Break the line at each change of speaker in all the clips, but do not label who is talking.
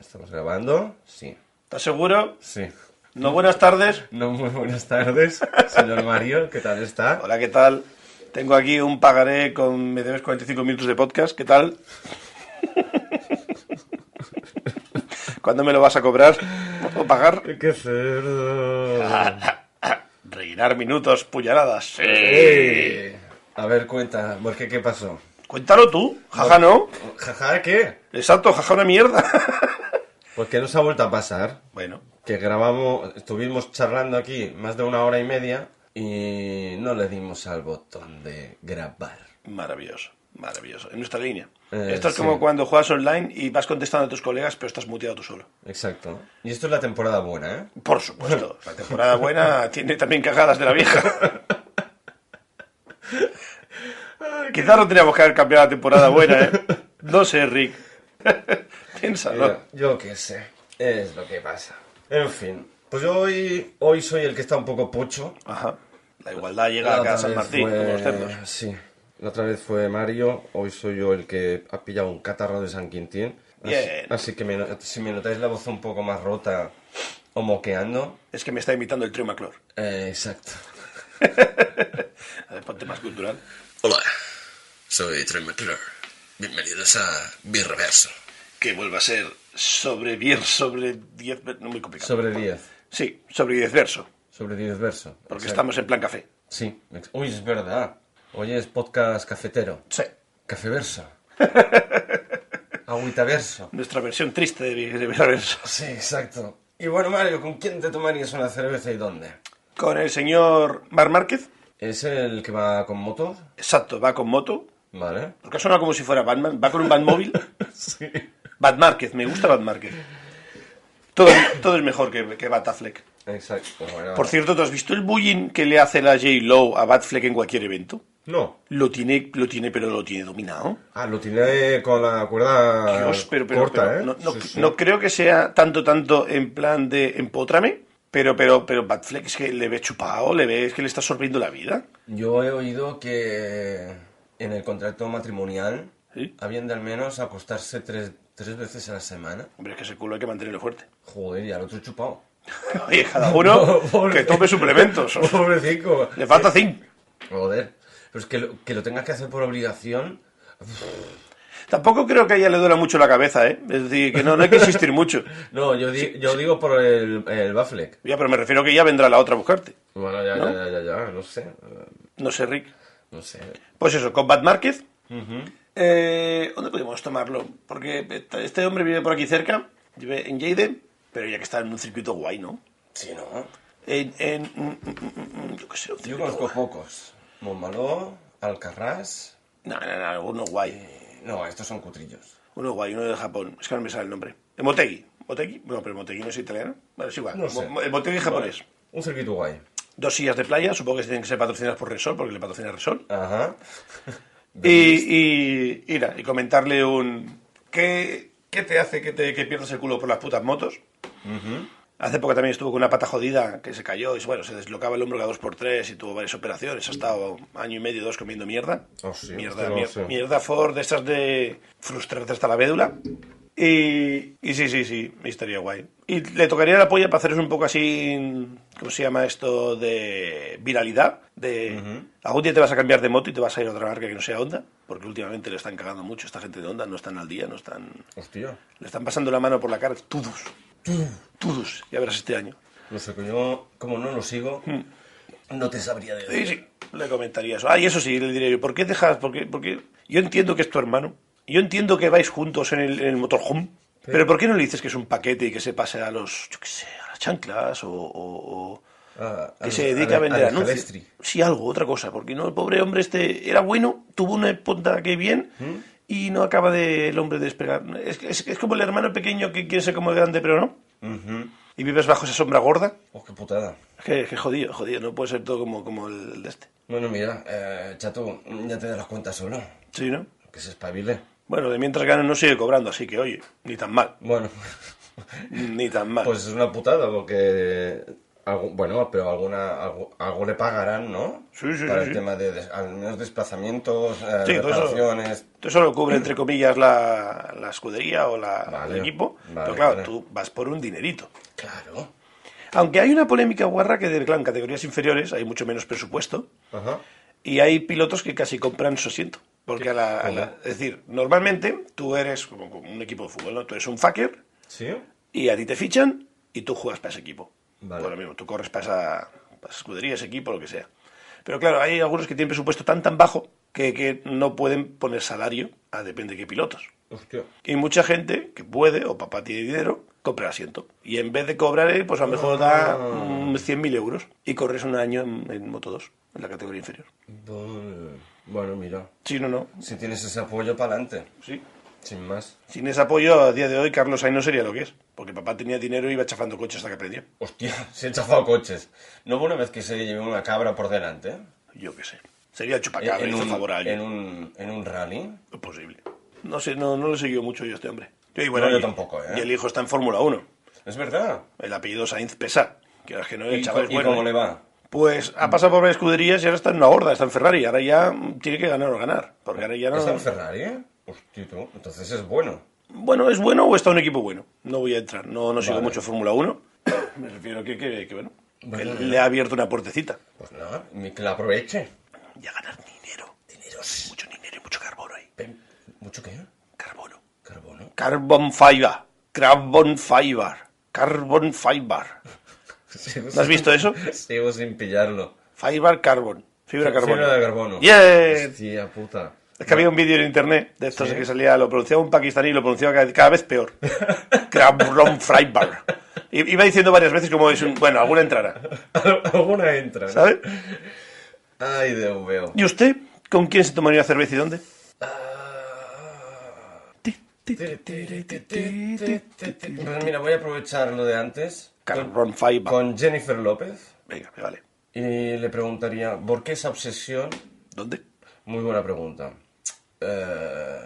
¿Estamos grabando? Sí.
¿Estás seguro?
Sí.
No, buenas tardes.
No, muy buenas tardes, señor Mario. ¿Qué tal está?
Hola, ¿qué tal? Tengo aquí un pagaré con... Me debes 45 minutos de podcast. ¿Qué tal? ¿Cuándo me lo vas a cobrar o pagar?
¡Qué cerdo!
Rellenar minutos, puñaladas.
Eh, A ver, cuenta, ¿por qué qué pasó?
Cuéntalo tú. Jaja, no.
¿Jaja qué?
Exacto, jaja, una mierda.
¿Por qué nos ha vuelto a pasar?
bueno,
Que grabamos, estuvimos charlando aquí más de una hora y media y no le dimos al botón de grabar.
maravilloso. Maravilloso. En nuestra línea.
Eh,
Esto es
sí.
como cuando juegas online y vas contestando a tus colegas, pero estás muteado tú solo.
Exacto. Y esto es la temporada buena, ¿eh?
Por supuesto. La temporada buena tiene también cagadas de la vieja. Quizás no teníamos que haber cambiado la temporada buena, ¿eh? No sé, Rick. Piénsalo.
Yo, yo qué sé, es lo que pasa. En fin, pues yo hoy, hoy soy el que está un poco pocho.
Ajá. La igualdad llega acá a San Martín,
fue-
como los cerdos.
Sí, la otra vez fue Mario, hoy soy yo el que ha pillado un catarro de San Quintín. Así-
Bien.
Así, que me no- si me notáis la voz un poco más rota o moqueando.
Es que me está imitando el trío McClure.
eh, exacto.
A ver, ponte más cultural.
Hola, soy Troy McClure. Bienvenidos a Birreverso.
Que vuelva a ser sobre 10, sobre 10... No, muy complicado.
Sobre 10.
Sí, sobre 10 verso.
Sobre 10 verso.
Porque
Exacto.
estamos en plan café.
Sí. ex- Uy, es verdad. Hoy es podcast cafetero.
Sí.
Cafeverso. Agüitaverso.
Nuestra versión triste de, de verso.
Sí, exacto. Y bueno, Mario, ¿con quién te tomarías una cerveza y dónde?
Con el señor Mar Márquez.
¿Es el que va con moto?
Exacto, va con moto.
Vale.
Porque suena como si fuera Batman. Va con un Batmóvil.
Sí.
Bat Márquez, me gusta Bat Márquez. Todo, todo es mejor que, que Batafleck.
Exacto. Bueno,
Por cierto, ¿tú has visto el bullying que le hace la J-Lo a Batfleck en cualquier evento?
No.
Lo tiene, lo tiene, pero lo tiene dominado.
Ah, lo tiene con la cuerda
Dios, pero, pero-
Ah, corta,
pero
¿eh?
no, no-
Sí, sí.
no creo que sea tanto, tanto en plan de empótrame, pero, pero, pero Batfleck es que le ve chupado, le ve es que le está sorbiendo la vida.
Yo he oído que en el contrato matrimonial
¿Sí?
habían de al menos acostarse tres, tres veces a la semana.
Hombre, es que ese culo hay que mantenerlo fuerte.
Joder, y al otro chupado.
Oye, cada uno
Pobre.
que tome suplementos.
Pobrecito.
Le falta zinc.
Joder. Pero es que lo, que lo tengas que hacer por obligación.
Tampoco creo que a ella le duela mucho la cabeza, ¿eh? Es decir, que no, no hay que insistir mucho.
No, yo, di- yo digo por el, el Baflec.
Ya, pero me refiero que ya vendrá la otra a buscarte.
Bueno, ya,
¿No?
ya, ya, ya, ya, no sé. eh,
No sé, Rick.
No sé.
Pues eso, con Bat Márquez. Eh, ¿Dónde podemos tomarlo? Porque esta- este hombre vive por aquí cerca, vive en Lleide, pero ya que está en un circuito guay, ¿no?
Sí, ¿no?
En, en- mm, mm, mm, mm, yo qué sé, un
Yo
circuito
conozco
guay.
pocos. Montmaló, Alcarrás.
No, no, no, uno guay.
eh, No, estos son cutrillos.
Uno guay, uno de Japón. Es que no me sale el nombre. Motegui. ¿Motegui? No, pero Motegui no es italiano. Bueno, es igual.
No sé.
Mo- Motegui es japonés.
Un circuito guay.
Dos sillas de playa, supongo que tienen que ser patrocinadas por Resol, porque le patrocina Resol.
Ajá.
Y, y, y nada, y comentarle un... ¿Qué, qué te hace que, te, que pierdas el culo por las putas motos? Hace poco también estuvo con una pata jodida que se cayó y bueno, se deslocaba el hombro cada dos por tres y tuvo varias operaciones. Ha estado año y medio, dos comiendo mierda.
Ah, sí,
mierda,
esto lo
mier-
sé.
mierda Ford, de esas de frustrarte hasta la médula. Y, y sí, sí, sí, estaría guay. Y le tocaría la polla para hacerse un poco así, ¿cómo se llama esto? De viralidad. De algún día te vas a cambiar de moto y te vas a ir a otra marca que no sea Honda, porque últimamente le están cagando mucho esta gente de Honda, no están al día, no están.
Hostia.
Le están pasando la mano por la cara todos. Todos, ya verás este año.
No sé, que yo, como no lo sigo, no te sabría
Sí,
decir.
sí, le comentaría eso. Ah, y eso sí, le diría yo, ¿por qué dejas? por qué- por qué? Yo entiendo que es tu hermano. Yo entiendo que vais juntos en el, en el motorhome. Pero ¿por qué no le dices que es un paquete y que se pase a los, yo qué sé, a las chanclas o... o- o
Ah,
que
al-
se dedica
al-
a vender
al
anuncios.
Jalestri.
Sí, algo, otra cosa. Porque no, el pobre hombre este era bueno, tuvo una punta que bien y no acaba de, el hombre de despegar. Es, que- es que es como el hermano pequeño que quiere ser como el grande, pero no.
Ujú.
Y vives bajo esa sombra gorda.
Oh, qué putada.
Es que, que jodido, jodido. No puede ser todo como, como el, el de este.
Bueno, mira, eh, chato, ya te darás cuenta solo.
Sí, ¿no?
Que se espabile.
Bueno, de mientras gana no sigue cobrando, así que oye, ni tan mal,
Bueno,
ni tan mal.
pues es una putada porque Algu- bueno, pero alguna algo, algo le pagarán, ¿no?
Sí, sí,
Para
sí,
el
sí.
tema de des- al menos desplazamientos, eh,
Sí, todo eso.
reparaciones.
Todo eso lo cubre, entre comillas, la, la escudería o la,
Vale,
el equipo.
vale,
pero claro,
vale.
tú vas por un dinerito.
Claro.
Aunque hay una polémica guarra que, de- claro, en categorías inferiores hay mucho menos presupuesto
Ajá.
y hay pilotos que casi compran su asiento. Porque, a la, a la- es decir, normalmente tú eres como como un equipo de fútbol, ¿no? Tú eres un fucker
¿Sí?
y a ti te fichan y tú juegas para ese equipo.
Vale.
Por lo mismo, tú corres para esa, para esa escudería, ese equipo, lo que sea. Pero claro, hay algunos que tienen presupuesto tan tan bajo que, que no pueden poner salario a depende de qué pilotos.
Hostia.
Y mucha gente que puede, o papá tiene dinero, compra el asiento. Y en vez de cobrar, eh, pues a lo mejor da mm, 100.000 euros y corres un año en, en Moto 2, en la categoría inferior.
Bol- Bueno, mira.
Sí, no, no.
Si tienes ese apoyo, para adelante.
Sí.
Sin más.
Sin ese apoyo, a día de hoy, Carlos Sainz no sería lo que es. Porque papá tenía dinero y iba chafando coches hasta que aprendió.
Hostia, se han chafado coches. No hubo una vez que se llevó una cabra por delante. ¿eh?
Yo qué sé. Sería el chupacabra, hizo favor a alguien.
en un, en un rally.
Posible. No sé, no, no lo siguió mucho yo a este hombre. Yo, y
No, yo
y-
tampoco, ¿eh?
Y el hijo está en Fórmula 1.
Es verdad.
El apellido Sainz pesa. Que ahora es que no el
¿Y,
chaval es
co- y
bueno.
cómo
¿eh?
le va?
Pues ha pasado por varias escuderías y ahora está en una horda, está en Ferrari. Ahora ya tiene que ganar o ganar. Porque ahora ya no.
¿Está en Ferrari? eh? Hostia, tú. Entonces es bueno.
Bueno, ¿es bueno o está un equipo bueno? No voy a entrar. No, no sigo
Vale.
mucho Fórmula 1. Me refiero que, que, que, bueno. que
Bueno,
le ha abierto una puertecita.
Pues nada, ni que la aproveche.
Y a ganar dinero. Mucho dinero y mucho carbono ahí.
Ven, ¿Mucho qué?
Carbono.
Carbono.
Carbon fiber. Carbon fiber. Carbon fiber. ¿No has visto eso?
Sigo pues sin pillarlo.
Fiber carbon. Fibra carbono.
Fibra de carbono.
Yeah.
Hostia puta.
Es que había un vídeo en internet de estos
¿Sí?
que salía, lo pronunciaba un pakistaní y lo pronunciaba cada, cada vez peor. Krabron Freibar. I- Iba diciendo varias veces como es un. Bueno, alguna entrará.
Alguna entra. ¿no?
¿Sabes?
Ay, Dios mío.
¿Y usted con quién se tomaría una cerveza y dónde?
Pues mira, voy a aprovechar lo de antes.
Carbon Freibar.
Con Jennifer López.
Venga, me vale.
Y le preguntaría, ¿por qué esa obsesión?
¿Dónde?
Muy buena pregunta. Eh,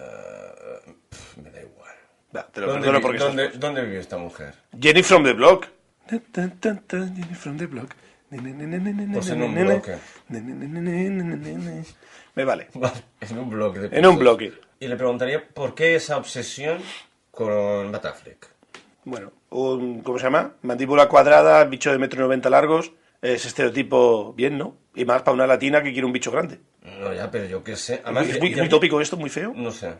pf, me da igual.
Va, te lo
¿Dónde,
perdono
vi-
porque
dónde- dónde vivió esta mujer?
estás- Jenny from the Block. Tan, tan, tan, tan, Jenny from the Block. Ne, ne, ne, ne, ne, ne,
Pues en
ne,
un
ne, ne.
bloque.
Ne, ne, ne, ne, ne, ne, ne, ne. Me vale.
en un bloque. de
En un
cosas.
bloque.
Y le preguntaría, ¿por qué esa obsesión con Batafleck?
Bueno, un, ¿cómo se llama? Mandíbula cuadrada, bicho de metro noventa largos. Es estereotipo bien, ¿no? Y más para una latina que quiere un bicho grande.
No, ya, pero yo qué sé. Además,
Es
ya-
muy,
ya
muy
vi-
tópico esto, muy feo.
No sé.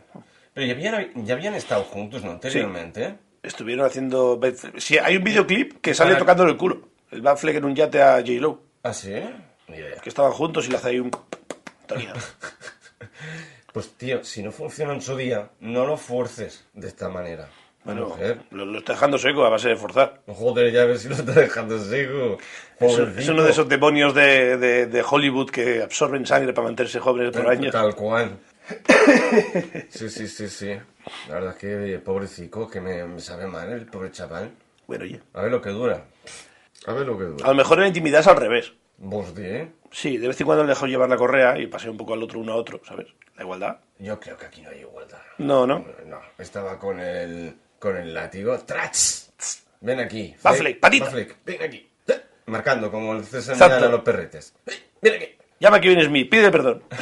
Pero ya habían, ya habían estado juntos, ¿no? Anteriormente. ¿eh?
Estuvieron haciendo... Sí, hay un videoclip que sale
Para-
tocándole el culo. El Batfleck en un yate a J-Lo.
¿Ah, sí? Ni idea.
Que estaban juntos y le hace ahí un... Tonía.
Pues tío, si no funciona en su día, no lo fuerces de esta manera.
Bueno,
Mujer.
lo, lo está dejando seco a base de forzar.
Joder, ya ves si lo está dejando seco.
Es,
Pobrecito.
es uno de esos demonios de, de- de Hollywood que absorben sangre para mantenerse jóvenes por años.
Tal cual. Sí, sí, sí, sí. La verdad es que pobrecico, que me, me sabe mal el pobre chaval.
Bueno, oye.
A ver lo que dura. A ver lo que dura.
A lo mejor en la intimidad es al revés.
Vos di, ¿eh?
Sí, de vez en cuando le dejo llevar la correa y pasé un poco al otro uno a otro, ¿sabes? La igualdad.
Yo creo que aquí no hay igualdad.
No, no.
No, estaba con el, con el látigo. ¡Trach! Tss. Ven aquí.
Batfleck, patita.
Batfleck, ven aquí. Eh, Marcando como el César
Exacto.
Millán a los perretes. Eh, Ven aquí.
Llama que vienes mí, pide perdón.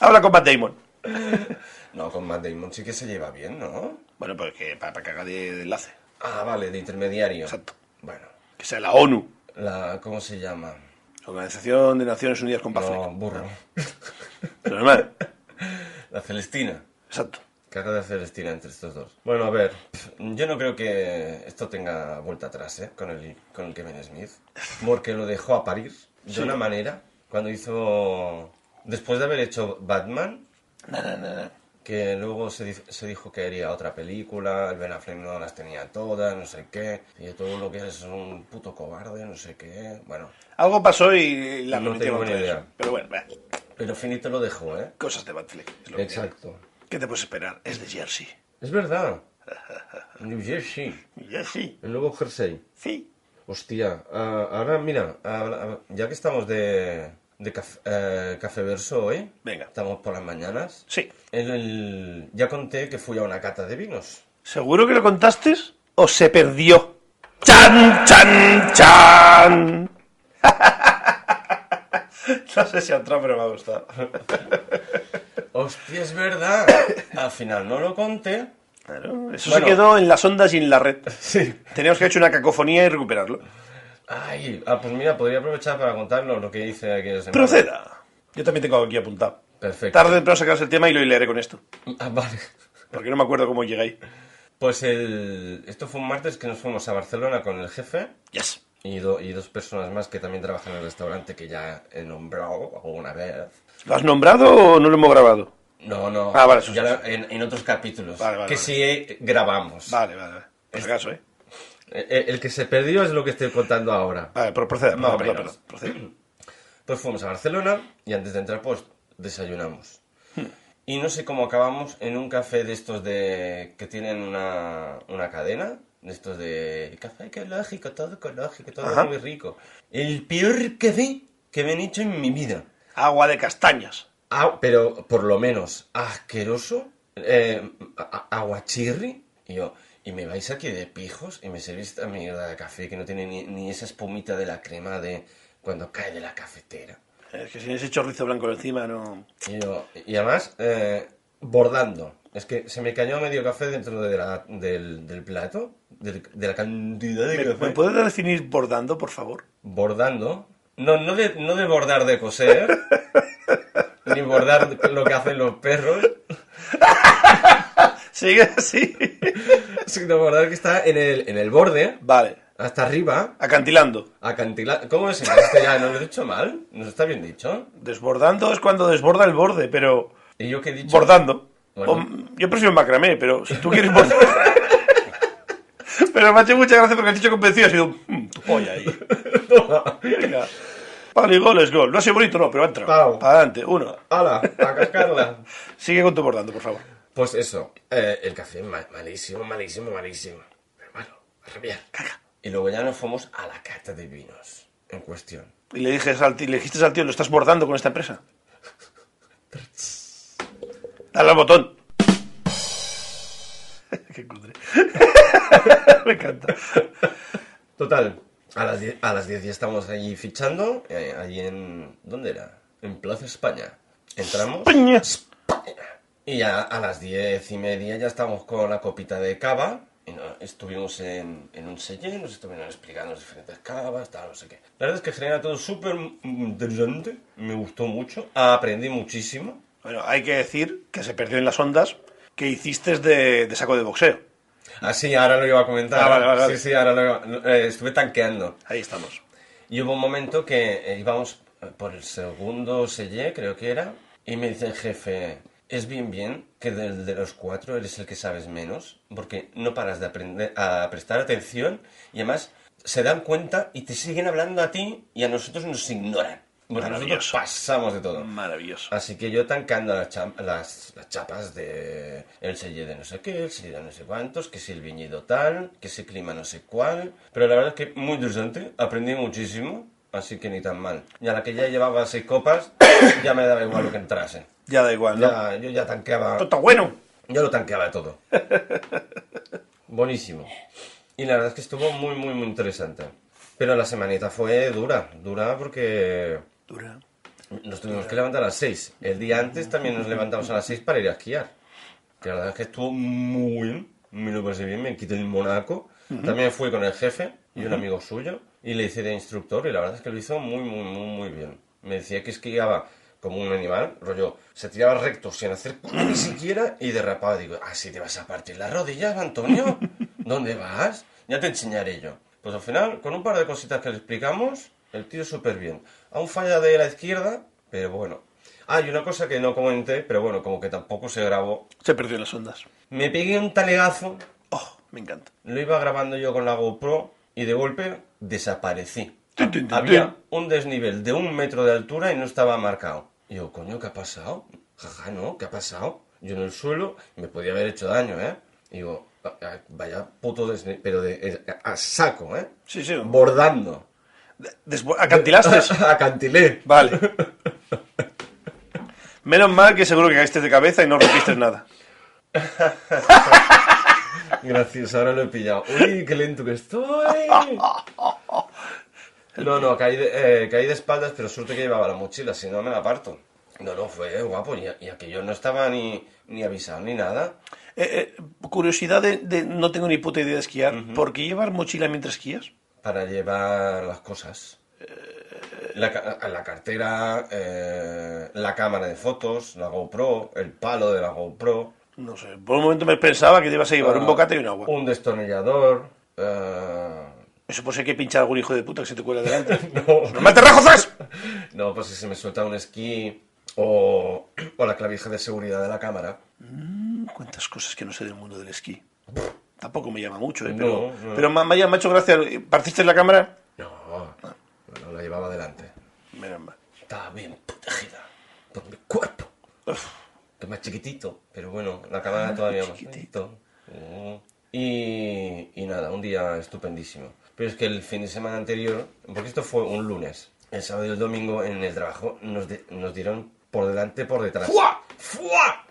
Habla con Matt Damon.
No, con Matt Damon sí que se lleva bien, ¿no?
Bueno, pues que para, para que haga de, de enlace.
Ah, vale, de intermediario.
Exacto.
Bueno,
Que sea la ONU,
la, ¿cómo se llama?
Organización de Naciones Unidas con Paz.
No, burro. Ah.
Pero normal.
La Celestina.
Exacto.
Cara de Celestina entre estos dos. Bueno, a ver, pf, yo no creo que esto tenga vuelta atrás, ¿eh? Con el, con el Kevin Smith. Porque lo dejó a parir de una manera. Cuando hizo. Después de haber hecho Batman,
Na, na, na, na.
que luego se, di- se dijo que haría otra película, el Ben Affleck no las tenía todas, no sé qué. Y todo lo que es un puto cobarde, no sé qué. Bueno,
Algo pasó y la
No
remitieron
tengo ni
otra vez.
idea.
Pero bueno, va.
pero finito lo dejó, ¿eh?
cosas de Batfleck. es lo que
Exacto.
tiene. ¿Qué te puedes esperar? Es de Jersey.
Es verdad. New Jersey,
Jersey.
el nuevo jersey.
Sí.
Hostia, ah, ahora mira, ah, ah, ya que estamos de, de caf- eh, café verso hoy,
Venga.
estamos por las mañanas,
Sí.
el- el- ya conté que fui a una cata de vinos.
¿Seguro que lo contaste o se perdió? ¡Chan, chan, chan! No sé si ha entrado, pero me ha gustado.
Hostia, es verdad. Al final no lo conté.
Claro, eso
Bueno.
se quedó en las ondas y en la red.
Sí.
Teníamos que haber hecho una cacofonía y recuperarlo.
Ay, ah, pues mira, podría aprovechar para contarlo lo que hice aquella semana.
Proceda. Yo también tengo aquí apuntado.
Perfecto.
Tarde pero sacarás el tema y lo hilaré con esto.
Ah, vale.
Porque no me acuerdo cómo llegué ahí.
Pues el... esto fue un martes que nos fuimos a Barcelona con el jefe
Yes.
y, do- y dos personas más que también trabajan en el restaurante que ya he nombrado alguna vez.
¿Lo has nombrado o no lo hemos grabado?
No, no.
Ah, vale, eso
Ya
sí.
la- en, en otros capítulos.
Vale, vale,
que
vale.
sí eh, grabamos.
Vale, vale, vale. Por si acaso, ¿eh?
Eh, eh, El, que se perdió es lo que estoy contando ahora.
Vale, pero proceda.
Más o
Perdón, perdón,
menos.
perdón, proceda.
Pues fuimos a Barcelona y antes de entrar, pues desayunamos.
Hmm.
Y no sé cómo acabamos en un café de estos de que tienen una, una cadena, de estos de café ecológico, todo ecológico, todo
Ajá.
muy rico. El peor café que me han hecho en mi vida.
Agua de castañas.
Ah, pero por lo menos asqueroso, eh, a- a- aguachirri. Y yo, ¿y me vais aquí de pijos? Y me servís esta mierda de café que no tiene ni, ni esa espumita de la crema de cuando cae de la cafetera.
Eh, Es que sin ese chorrizo blanco encima no...
Y yo, y además, eh, bordando. Es que se me cayó medio café dentro de la- del, del plato, del- de la cantidad de
¿Me,
café.
me puedes definir bordando, por favor?
Bordando. No, no de, no de bordar de coser, ni bordar lo que hacen los perros.
Sigue así.
Sin abordar que está en el, en el borde,
vale.
hasta arriba,
Acantilando.
acantilado. ¿Cómo es en castellano? ¿Lo he dicho mal? ¿No está bien dicho?
Desbordando es cuando desborda el borde, pero...
¿Y yo qué he dicho?
Bordando.
Bueno.
O- yo prefiero macramé, pero si tú quieres bordar... pero me ha hecho mucha gracia porque has dicho convencido. Has sido... "Mm, tu polla ahí. Venga. Vale, gol es gol. No ha sido bonito, no, pero entra.
Pau.
Para adelante, uno.
¡Hala! ¡A cascarla!
Sigue con tu bordando, por favor.
Pues eso, eh, el café ma- malísimo, malísimo, malísimo. Pero malo, a rabiar. Y luego ya nos fuimos a la cata de vinos en cuestión.
Y le, dije al tío, le dijiste al tío, lo estás bordando con esta empresa. Dale al botón. Qué cutre. Me encanta.
Total, a las 10 a las 10 ya estamos allí fichando, eh, allí en... ¿Dónde era? En Plaza España. Entramos...
Peñas.
Y ya a las diez y media ya estábamos con la copita de cava. Y no- estuvimos en, en un sellé, nos estuvieron explicando las diferentes cavas, tal, no sé qué. La verdad es que en general todo súper interesante. Me gustó mucho. Aprendí muchísimo.
Bueno, hay que decir que se perdió en las ondas que hiciste de, de saco de boxeo.
Ah, sí, ahora lo iba a comentar.
Ah, vale, vale, vale.
Sí, sí, ahora lo iba... eh, estuve tanqueando.
Ahí estamos.
Y hubo un momento que eh, íbamos eh, por el segundo sellé, creo que era, y me dice el jefe, es bien bien que del de los cuatro eres el que sabes menos, porque no paras de aprender a prestar atención y además se dan cuenta y te siguen hablando a ti y a nosotros nos ignoran. Porque nosotros
Maravilloso.
pasamos de todo.
Maravilloso.
Así que yo tancando las, cham- las, las chapas de el selle de no sé qué, el selle de no sé cuántos, que si el viñedo tal, que si clima no sé cuál. Pero la verdad es que muy interesante, aprendí muchísimo, así que ni tan mal. Y a la que ya llevaba seis copas, ya me daba igual lo que entrasen.
Ya da igual, ¿no?
Ya, yo ya
Esto
tanqueaba,
está bueno.
yo lo tanqueaba todo. Buenísimo. Y la verdad es que estuvo muy, muy, muy interesante. Pero la semanita fue dura, dura porque
Dura.
nos tuvimos que levantar a las 6. El día antes también nos levantamos a las 6 para ir a esquiar. Que la verdad es que estuvo muy bien. Me lo pasé bien, me quité el monaco. También fui con el jefe y un amigo suyo y le hice de instructor y la verdad es que lo hizo muy, muy, muy, muy bien. Me decía que esquiaba como un animal, rollo, se tiraba recto sin hacer ni siquiera y derrapaba. Digo, así te vas a partir las rodillas, Antonio. ¿Dónde vas? Ya te enseñaré yo. Pues al final, con un par de cositas que le explicamos, el tío súper bien. Aún falla de la izquierda, pero bueno. Ah, y una cosa que no comenté, pero bueno, como que tampoco se grabó.
Se perdió en las ondas.
Me pegué un talegazo,
Oh, me encanta.
lo iba grabando yo con la GoPro y de golpe desaparecí.
Tin, tin, tin,
Había
tin.
un desnivel de un metro de altura y no estaba marcado. Y yo, coño, ¿qué ha pasado? Jaja, no, ¿qué ha pasado? Yo en el suelo me podía haber hecho daño, ¿eh? Y digo, "Ah, ah, vaya puto desnivel, pero de, eh, a a saco, ¿eh?
Sí, sí.
Bordando.
De- desbo- ¿Acantilaste?
Acantilé.
Vale. Menos mal que seguro que caíste de cabeza y no rompiste nada.
Gracias, ahora lo he pillado. ¡Uy, qué lento que estoy! No, no, caí de, eh, caí de espaldas, pero suerte que llevaba la mochila, si no me la parto. No, no, fue guapo, y, y aquello no estaba ni, ni avisado ni nada.
Eh, eh, curiosidad de, de- No tengo ni puta idea de esquiar. ¿Por qué llevar mochila mientras esquías?
para llevar las cosas. La, ca- a la cartera, eh, la cámara de fotos, la GoPro, el palo de la GoPro.
No sé. Por un momento me pensaba que te ibas a llevar un bocata y un agua.
Un destornillador. eh,
Eso por si hay que pinchar a algún hijo de puta que se te cuela delante.
no,
¡Normal, te rajozas!
no, pues si se me suelta un esquí o, o la clavija de seguridad de la cámara.
Cuántas cosas que no sé del mundo del esquí. Tampoco me llama mucho, ¿eh?
No,
pero,
no.
pero ma- Maya, macho, gracias. ¿Partiste en la cámara?
No, no la llevaba delante.
Menos mal.
Estaba bien protegida por mi cuerpo,
Uf,
que es más chiquitito, pero bueno, la cámara todavía Ah, más
chiquitito.
chiquitito. Mm. Y, y nada, un día estupendísimo. Pero es que el fin de semana anterior, porque esto fue un lunes, el sábado y el domingo en el trabajo nos, de- nos dieron por delante, por detrás.
¡Fua!
¡Fua!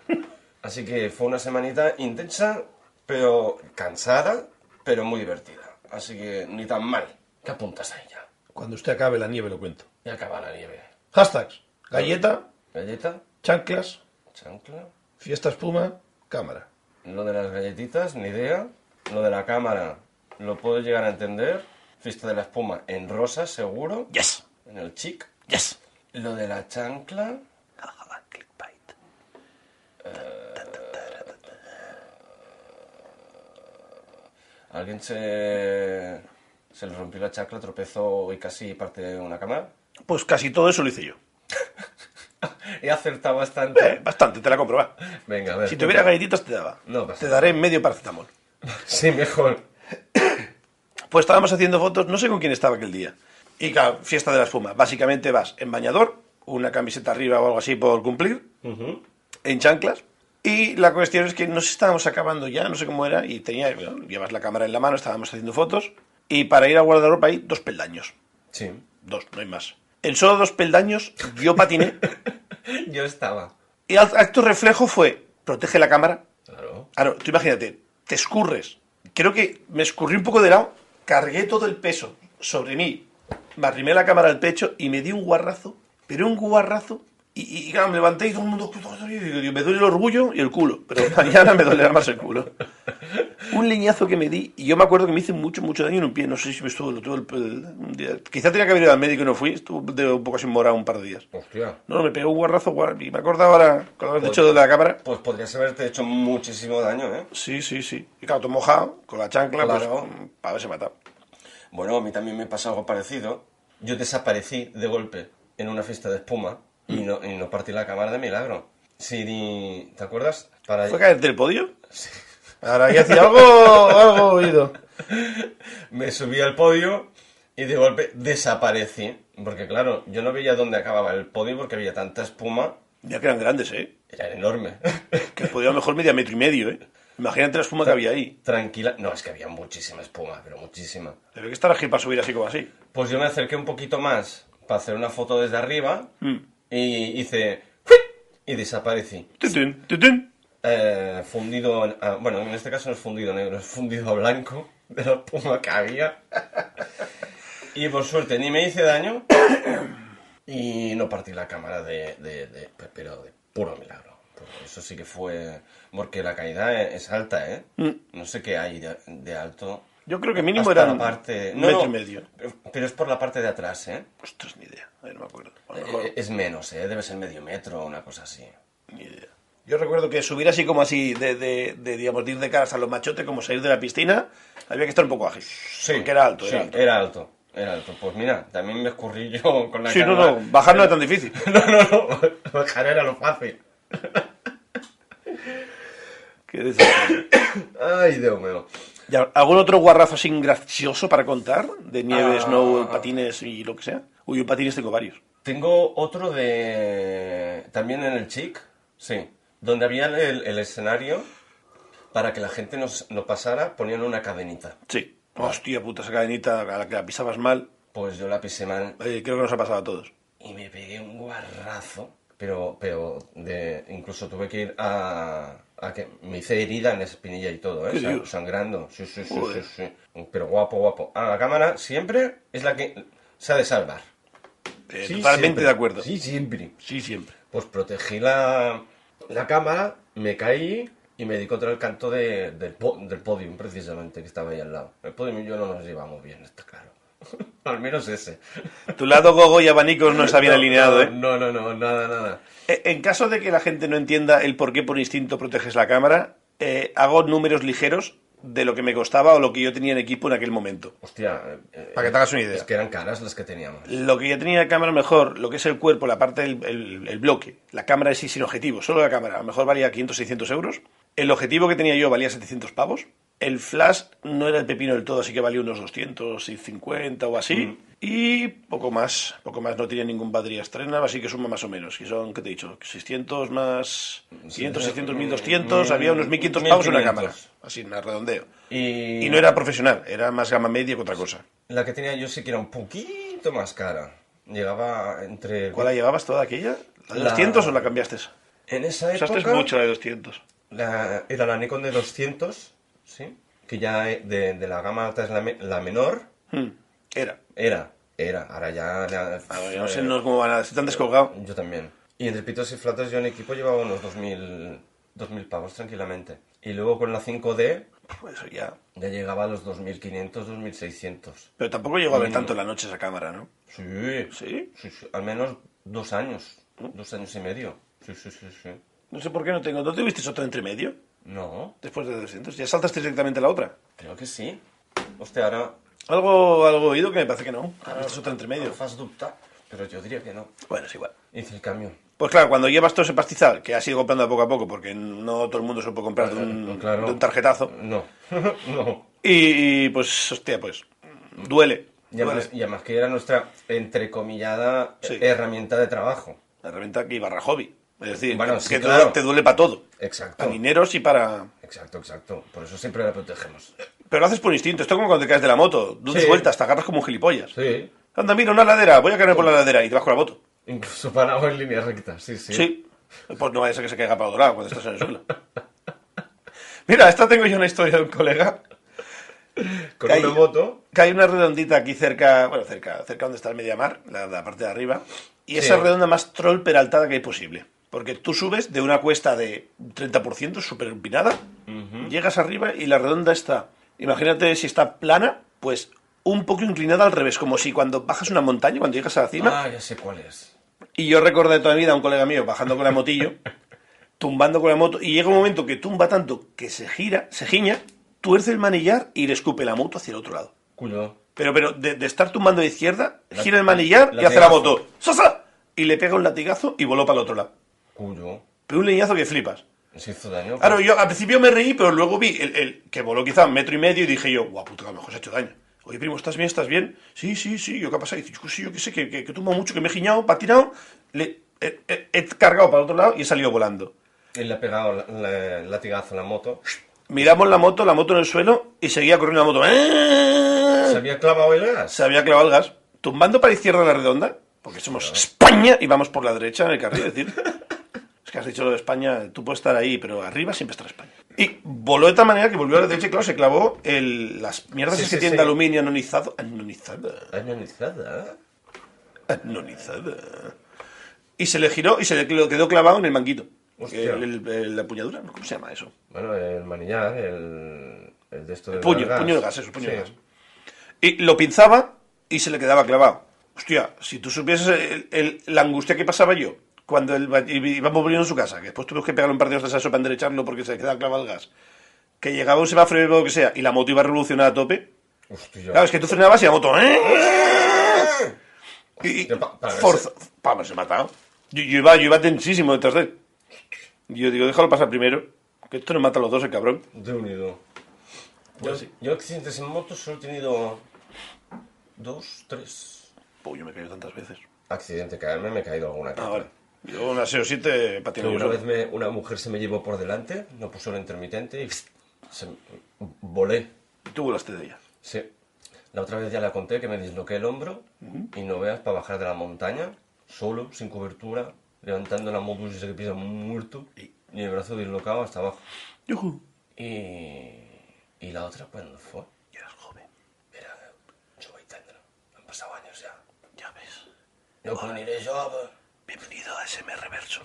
Así que fue una semanita intensa, pero cansada, pero muy divertida. Así que ni tan mal. ¿Qué apuntas a ella?
Cuando usted acabe la nieve lo cuento.
Y acaba la nieve.
Hashtags. Galleta,
Galleta,
chanclas,
chancla,
fiesta espuma, cámara.
Lo de las galletitas, ni idea. Lo de la cámara, lo puedo llegar a entender. Fiesta de la espuma, en rosa, seguro.
Yes,
En el chic.
yes.
Lo de la chancla,
Clickbait.
alguien se. Se le rompió la chancla, tropezó y casi parte una cámara.
Pues casi todo eso lo hice yo.
He acertado
Eh,
bastante.
bastante, te la compro, va.
Venga, a ver.
Si tuviera galletitas te daba.
No pasa
te daré medio paracetamol.
Sí, mejor.
Pues estábamos haciendo fotos, no sé con quién estaba aquel día. Y claro, fiesta de la espuma. Básicamente vas en bañador, una camiseta arriba o algo así por cumplir,
Ujú.
en chanclas. Y la cuestión es que nos estábamos acabando ya, no sé cómo era, y tenía, bueno, llevas la cámara en la mano, estábamos haciendo fotos. Y para ir a guardarropa hay dos peldaños.
Sí.
Dos, no hay más. En solo dos peldaños yo patiné.
Yo estaba.
y al- acto reflejo fue, protege la cámara,
Claro.
Claro, tú imagínate, te escurres. Creo que me escurrí un poco de lado, cargué todo el peso sobre mí, me arrimé la cámara al pecho y me di un guarrazo, pero un guarrazo. Y, y, y claro, me levanté y todo el mundo. y digo, "Dios, Me duele el orgullo y el culo, pero mañana me dolerá más el culo. Un leñazo que me di, y yo me acuerdo que me hice mucho, mucho daño en un pie. No sé si me estuvo, lo tuve el- el- un día- Quizá tenía que haber ido al médico y no fui, estuve de- un poco sin morado un par de días.
Hostia.
No, no, me pegó un guarrazo, guar- y me acuerdo ahora, con lo que has dicho de la cámara.
Pues podrías haberte hecho muchísimo daño, ¿eh?
Sí, sí, sí. Y claro, todo mojado, con la chancla,
Claro.
pues, mm, para haberse matado.
Bueno, a mí también me pasó algo parecido. Yo desaparecí de golpe en una fiesta de espuma y no, y no partí la cámara de milagro. Sí, ni- ¿te acuerdas? Para...
¿Fue caerte del podio? Sí. Ahora aquí hacía algo, algo oído.
Me subí al podio y de golpe desaparecí. Porque claro, yo no veía dónde acababa el podio porque había tanta espuma.
Mira que eran grandes, ¿eh?
Era enorme.
Que el podio a lo mejor media metro y medio, ¿eh? Imagínate la espuma que había ahí.
Tranquila. No, es que había muchísima espuma, pero muchísima.
Debe que estar ágil para subir así como así.
Pues yo me acerqué un poquito más para hacer una foto desde arriba
Mm.
y hice... Y desaparecí.
Tutun, tutun.
Eh, fundido, en- ah, bueno, en este caso no es fundido negro, es fundido a blanco de la espuma que había. Y por suerte ni me hice daño y no partí la cámara de, de- de- pero de puro milagro. Porque Eso sí que fue, porque la caída e- es alta, ¿eh? No sé qué hay de, de alto.
Yo Mm. creo que mínimo
Hasta
eran
la parte...
un
no,
metro y
no,
medio.
pero- Pero es por la parte de atrás, ¿eh?
Ostras, ni idea. A ver, no me acuerdo. A lo mejor,
Eh, Es menos, ¿eh? Debe ser medio metro o una cosa así.
ni idea. Yo recuerdo que subir así como así, de, de, de, digamos, de ir de caras a los machotes, como salir de la piscina, había que estar un poco ágil.
Sí.
Porque era alto,
sí,
era alto.
era alto. Era alto. Pues mira, también me escurrí yo con la
Sí, no,
canoa.
no, bajar no era tan difícil.
No, no, no. Bajar era lo fácil.
Qué desastre.
Ay, Dios mío.
¿Y algún otro guarrazo así gracioso para contar? De nieve,
Ah.
snow, patines y lo que sea. Uy, yo patines tengo varios.
Tengo otro de... También en el Chic. Sí. Donde había el, el escenario para que la gente no, s- no pasara, ponían una cadenita.
Sí. Hostia puta, esa cadenita a la que la pisabas mal.
Pues yo la pisé mal
eh, creo que nos ha pasado a todos.
y me pegué un guarrazo. Pero, pero de, incluso tuve que ir a, Ah, que me hice herida en la espinilla y todo, ¿eh?
¿Qué
Sang-
dices?
sangrando. Sí, sí, sí, sí,
Joder.
sí. Pero guapo, guapo. Ah, la cámara siempre es la que se ha de salvar.
Eh,
Sí,
totalmente
siempre.
de acuerdo.
Sí, siempre.
Sí, siempre.
Pues protegí la, la cámara, me caí y me di contra el canto de- del, po- del podium, precisamente, que estaba ahí al lado. El podium y yo no nos llevamos bien, está claro. al menos ese.
Tu lado gogo y abanicos no está bien
No,
alineado,
no,
¿eh?
No, no, no, nada, nada.
Eh, En caso de que la gente no entienda el por qué por instinto proteges la cámara, eh, hago números ligeros de lo que me costaba o lo que yo tenía en equipo en aquel momento.
Hostia. eh,
Para que te hagas una idea.
Es que eran caras las que teníamos.
Lo que yo tenía de cámara mejor, lo que es el cuerpo, la parte del el- el bloque. La cámara es sin objetivo, solo la cámara. A lo mejor valía 500, 600 euros. El objetivo que tenía yo valía 700 pavos. El flash no era el pepino del todo, así que valía unos 250 o así. Y poco más, poco más. No tenía ningún batería estrena, así que suma más o menos. Que son, ¿qué te he dicho? 600 más 500, 600, 1200.
Mm,
Había unos 1500 pavos en una
1500.
cámara. Así, me redondeo.
Y,
Y no era profesional, era más gama media que otra cosa.
La que tenía yo sí que era un poquito más cara. Llegaba entre...
¿Cuál la llevabas toda aquella? ¿La de
La-
200 o la cambiaste?
En esa época...
Usaste mucho la de 200.
La- era la Nikon de 200, ¿sí? Que ya eh, de, de la gama alta es la, me- la menor.
Hmm, Era.
Era, era. Ahora ya... la- eh,
A ver, Ah, no sé no, cómo van a... Si te han descolgado.
Yo también. Y entre pitos y flatas yo en equipo llevaba unos 2.000, 2000 pavos tranquilamente. Y luego con la 5D
Pues eso ya.
ya llegaba a los 2.500, 2.600.
Pero tampoco llegó a ver
Mm.
tanto en la noche esa cámara, ¿no?
Sí.
¿Sí?
Sí, ¿Mm? sí, Al menos dos años. Dos años y medio. Sí, sí, sí, sí.
No sé por qué no tengo. ¿No tuviste otra entre medio?
No,
Después de 200. Ya saltaste directamente a la otra.
creo que sí. Hostia, ahora...
Algo, algo oído que me parece que no. Tuviste otra entre
medio
medio.
fast dubta, pero yo diría que no.
Bueno, es igual.
Hice el cambio.
Pues claro, cuando llevas todo ese pastizal, que has ido comprando poco a poco, porque no todo el mundo se puede comprar
Mm,
de un,
Claro.
de un tarjetazo.
No, no.
Y, y, pues, hostia, pues, duele.
Y además,
Duele.
y además que era nuestra entrecomillada
Sí.
herramienta de trabajo.
La herramienta que iba a hobby. Es decir,
Bueno,
que
sí,
te
claro.
duele- te duele para todo.
Exacto.
Para dineros y para...
Exacto, exacto. Por eso siempre la protegemos.
Pero lo haces por instinto. Esto es como cuando te caes de la moto. No des
Sí.
vueltas, te agarras como un gilipollas.
Sí.
Anda, mira, una ladera. Voy a caer por la ladera y te vas con la moto.
Incluso parado en línea recta. Sí, sí.
Sí. Pues no vayas a que se caiga para otro lado cuando estás en el suelo. mira, esta tengo yo una historia de un colega.
Con
Caí-
una moto.
Que hay una redondita aquí cerca, bueno, cerca, cerca donde está el Mediamar, la, la parte de arriba. Y esa
Sí.
redonda más troll peraltada que hay posible. Porque tú subes de una cuesta de 30%, súper empinada, llegas arriba y la redonda está, imagínate si está plana, pues un poco inclinada al revés, como si cuando bajas una montaña, cuando llegas a la cima,
Ah, ya sé cuál es.
y yo recordé toda mi vida a un colega mío bajando con la motillo, tumbando con la moto, y llega un momento que tumba tanto que se gira, se giña, tuerce el manillar y le escupe la moto hacia el otro lado.
Culo.
Pero, pero, de, de estar tumbando de izquierda,
La-
gira el manillar y
latigazo.
hace la moto. ¡Sosa! Y le pega un latigazo y voló para el otro lado.
Culo.
Pero un leñazo que flipas.
Se Pues hizo daño.
Claro, yo al principio me reí, pero luego vi el, el que voló quizá un metro y medio y dije yo, guau, puta, que a lo mejor se ha hecho daño. Oye, primo, ¿estás bien? ¿Estás bien? Sí, sí, sí, yo qué ha pasado. Dice, "Yo sí, yo qué sé, que, que, que he tumbado mucho, que me he giñado, patinado, le, he, he- he cargado para el otro lado y he salido volando.
Él le ha pegado la- la- el latigazo a la moto.
Miramos la moto, la moto en el suelo y seguía corriendo la moto.
Se había clavado el gas.
se había clavado el gas, tumbando para la izquierda la redonda, porque somos España y vamos por la derecha en el carril, es decir. Es que has dicho lo de España, tú puedes estar ahí, pero arriba siempre estará España. Y voló de tal manera que volvió a la derecha y claro, se clavó el, las mierdas
Sí,
esas que
sí,
tienen
sí.
de aluminio anonizado. Anonizada.
Añonizada.
Anonizada. Y se le giró y se le cl- quedó clavado en el manguito.
Hostia.
El- el- el- la puñadura, ¿no? ¿cómo se llama eso?
Bueno, el manillar, el, el de esto del
Puño,
gas.
puño de gas, eso, puño de
Sí.
gas. Y lo pinzaba y se le quedaba clavado. Hostia, si tú supieses el- el- la angustia que pasaba yo cuando él va- iba volviendo a su casa, que después tuvimos que pegarle un par de hostias a eso para enderecharlo porque se le quedaba clavado el gas, que llegaba un semáforo y lo que sea, y la moto iba revolucionada a tope,
Hostia.
claro, es que tú frenabas y la moto... ¡eh! Y, y
Hostia, pa- para
forza... Vamos, se ha matado. Yo, yo iba, yo iba tensísimo detrás de él. Y Yo digo, déjalo pasar primero, que esto nos mata a los dos, el cabrón.
De unido. Yo,
Pues sí.
yo accidentes en moto solo he tenido dos, tres.
Pues yo me he caído tantas veces.
Accidente, caerme, me he caído alguna
Ah,
vez.
vale. Yo una CO7 patina
Una
una
vez me- una mujer se me llevó por delante, no puso el intermitente y se, volé.
Tú volaste de ella.
Sí. La otra vez ya la conté que me disloqué el hombro y no veas para bajar de la montaña, solo, sin cobertura, levantando la moto y se que pisa muerto.
Y
y el brazo dislocado hasta abajo.
Yujú.
Y, y la otra, ¿cuándo fue?
Y eras joven.
Era, yo voy tendrá. Han pasado años ya.
Ya ves.
No puedo ni yo, pues.
Bienvenido a SM Reverso.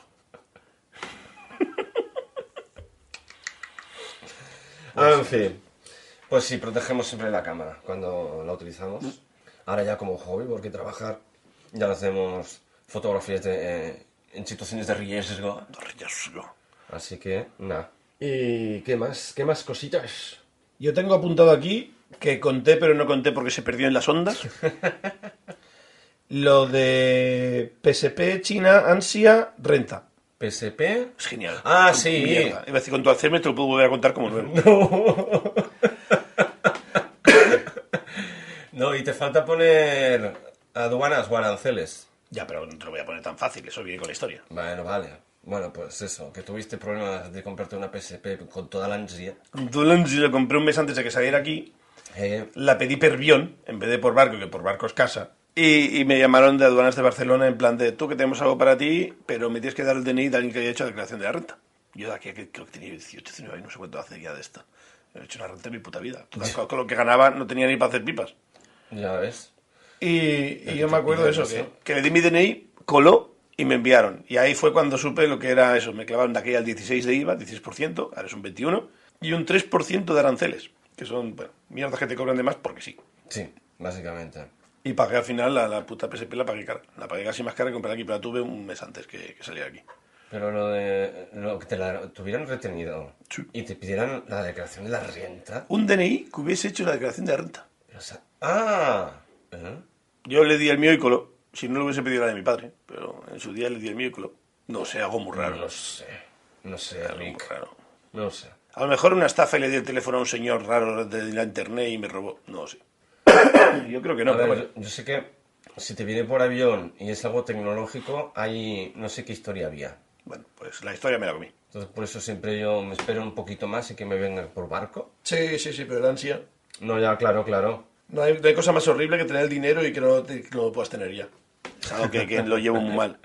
Ah, en fin. Pues sí, protegemos siempre la cámara cuando la utilizamos. Ahora ya como hobby, porque trabajar ya lo hacemos fotografías de, eh, en situaciones de riesgo.
No reyes, no.
Así que, nada. ¿Y qué más? ¿Qué más cositas?
Yo tengo apuntado aquí, que conté pero no conté porque se perdió en las ondas, lo de PSP, China, Ansia, Renta.
PSP.
Es genial.
Ah,
Con-
sí.
Mierda. Iba a decir, con tu Alzheimer te lo puedo volver a contar como nuevo.
No, y te falta poner aduanas o aranceles.
Ya, pero no te lo voy a poner tan fácil, eso viene con la historia.
Bueno, vale. Bueno, pues eso, que tuviste problemas de comprarte una PSP con toda la ansia.
Entonces, lo compré un mes antes de que saliera aquí,
Eh,
la pedí per avión, en vez de por barco, que por barco es casa. Y, y me llamaron de aduanas de Barcelona en plan de, tú que tenemos algo para ti, pero me tienes que dar el DNI de alguien que haya hecho declaración de la renta. Yo de aquí que creo que tenía 18, 19 años, no sé cuánto hace ya de esto. No He hecho una renta en mi puta vida. Total, con, con lo que ganaba no tenía ni para hacer pipas.
ya ves.
Y, y yo me acuerdo de eso, que,
eso.
que le di mi DNI, coló y me enviaron. Y ahí fue cuando supe lo que era eso. Me clavaron de aquella el 16 de IVA, 16%, ahora es un 21%, y un 3% de aranceles, que son, bueno, mierdas que te cobran de más porque sí.
Sí, básicamente.
Y pagué al final la, la puta PSP, la pagué cara. La pagué casi más cara que comprar aquí, pero la tuve un mes antes que, que saliera aquí.
Pero lo de lo que te la tuvieran retenido
Sí.
y te pidieran la declaración de la renta.
Un DNI que hubiese hecho la declaración de renta.
o sea, ah, ¿eh?
Yo le di el mío y coló. Si no, le hubiese pedido la de mi padre, pero en su día le di el mío y coló. No sé, algo muy raro.
no sé, no sé,
algo muy
Rick,
raro.
no sé.
A lo mejor una estafa y le di el teléfono a un señor raro de la internet y me robó. No sé. Yo creo que no,
A
pero
ver,
bueno.
yo, yo sé que si te viene por avión y es algo tecnológico, hay no sé qué historia había.
Bueno, pues la historia me la comí.
Entonces por eso siempre yo me espero un poquito más y que me vengan por barco.
Sí, sí, sí, pero la ansia.
No, ya, claro, claro.
No hay, no hay cosa más horrible que tener el dinero y que no, te- que no lo puedas tener ya. Es algo que, que lo llevo muy mal.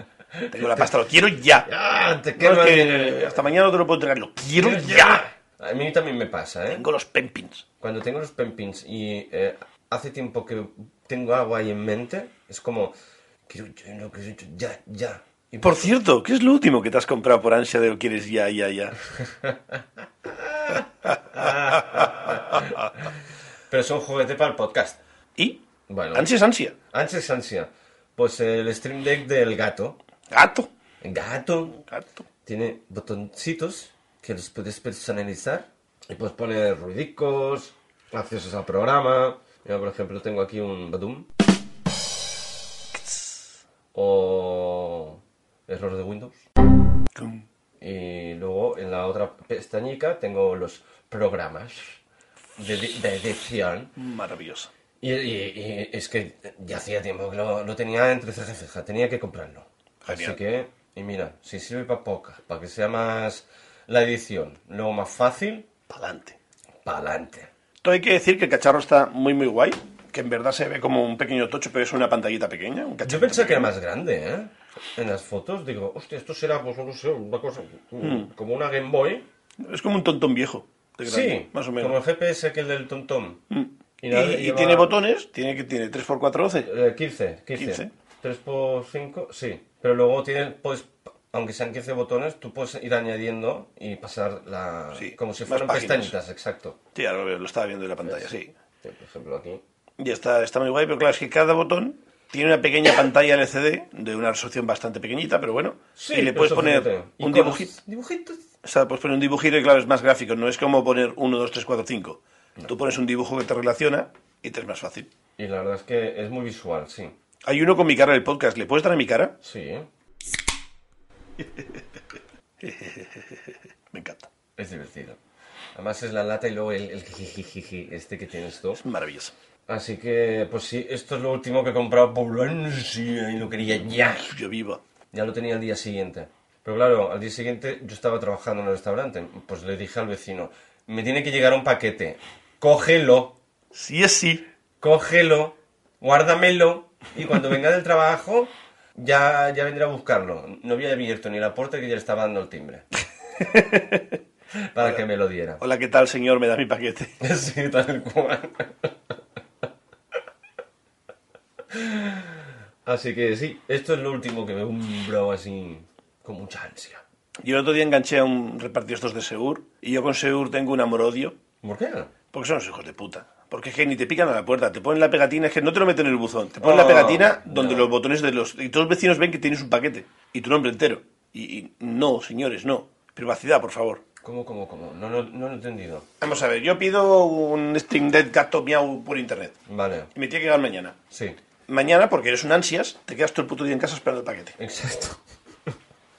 Tengo la pasta, lo quiero ya.
¡Ah, te
No, es
queman
que
el-
hasta mañana no te lo puedo entregar, lo quiero
Pero
ya.
A mí también me pasa, ¿eh?
Tengo los penpins.
Cuando tengo los penpins y eh, hace tiempo que tengo algo ahí en mente, es como, quiero, yo no quiero, yo- ya, ya. Y
Por cierto, ¿qué es lo último que te has comprado por ansia de lo quieres ya, ya, ya?
Pero es un juguete para el podcast.
¿Y?
Bueno,
Ansia es ansia.
antes ansia. Pues el Stream Deck del gato.
Gato.
Gato
Gato.
tiene botoncitos que los puedes personalizar y puedes poner ruidicos, accesos al programa. Yo, por ejemplo, tengo aquí un Badum. O error de Windows.
Tum.
Y luego en la otra pestañica tengo los programas de, de edición.
Maravilloso.
Y, y- y es que ya hacía tiempo que lo, lo tenía entre ceja y ceja, tenía que comprarlo.
Genial.
Así que, y mira, si sirve para poca, para que sea más la edición, luego más fácil,
Pa'lante.
para adelante.
Todo hay que decir que el cacharro está muy, muy guay. Que en verdad se ve como un pequeño tocho, pero es una pantallita pequeña. un
Yo
cacharrito
pensé que era
pequeño.
más grande, ¿eh? En las fotos digo, hostia, esto será, pues no sé, una cosa como una Game Boy.
Es como un tontón viejo. Mm. de grande,
Sí,
Más o menos.
como el GPS aquel del TomTom.
Y,
nada,
y
lleva-
tiene botones, tiene que tiene 3x4, 12.
Eh, 15, 15.
15.
3 por 5, sí. Pero luego tienes, pues, aunque sean 15 botones, tú puedes ir añadiendo y pasar la...
Sí,
como si
más
fueran
páginas.
pestañitas, exacto.
Sí, ahora lo veo, lo estaba viendo en la pantalla, sí.
Sí, Por ejemplo, aquí.
Y está, está muy guay, pero claro, es que cada botón tiene una pequeña pantalla LCD de una resolución bastante pequeñita, pero bueno. y le
pero
puedes
eso
poner
fíjate.
un
Iconos,
dibujito.
Dibujitos.
O sea, puedes poner un dibujito y claro, es más gráfico. No es como poner 1, 2, 3, 4, 5. Tú pones un dibujo que te relaciona y te es más fácil.
Y la verdad es que es muy visual, sí.
Hay uno con mi cara del podcast. ¿Le puedes dar a mi cara?
Sí, ¿eh?
Me encanta.
es divertido. Además es la lata y luego el, el jijijiji este que tienes tú.
Es maravilloso.
Así que, pues sí, esto es lo último que he comprado por ansia y lo quería ya.
Yo viva.
Ya lo tenía al día siguiente. Pero claro, al día siguiente yo estaba trabajando en el restaurante. Pues le dije al vecino, me tiene que llegar un paquete. Cógelo,
Sí es sí.
cógelo, guárdamelo y cuando venga del trabajo ya, ya vendré a buscarlo. No había abierto ni la puerta que ya le estaba dando el timbre. para que me lo diera.
Hola, ¿qué tal, señor? ¿Me da mi paquete?
Sí, tal cual. Así que sí, esto es lo último que me umbró así con mucha ansia.
Yo el otro día enganché a un repartido estos de Seur y yo con Seur tengo un amor-odio
¿Por qué?
porque son los hijos de puta. Porque es que ni te pican a la puerta, te ponen la pegatina, es que no te lo meten en el buzón, te ponen
Oh,
la pegatina donde
no.
los botones de los... Y todos los vecinos ven que tienes un paquete y tu nombre entero. Y, y no, señores, no. Privacidad, por favor.
¿Cómo, cómo, cómo? No, no, no lo he entendido.
Vamos a ver, yo pido un Stream Deck gato miau por internet.
Vale,
Y me tiene que llegar mañana.
sí,
Mañana, porque eres un ansias, te quedas todo el puto día en casa esperando el paquete.
exacto.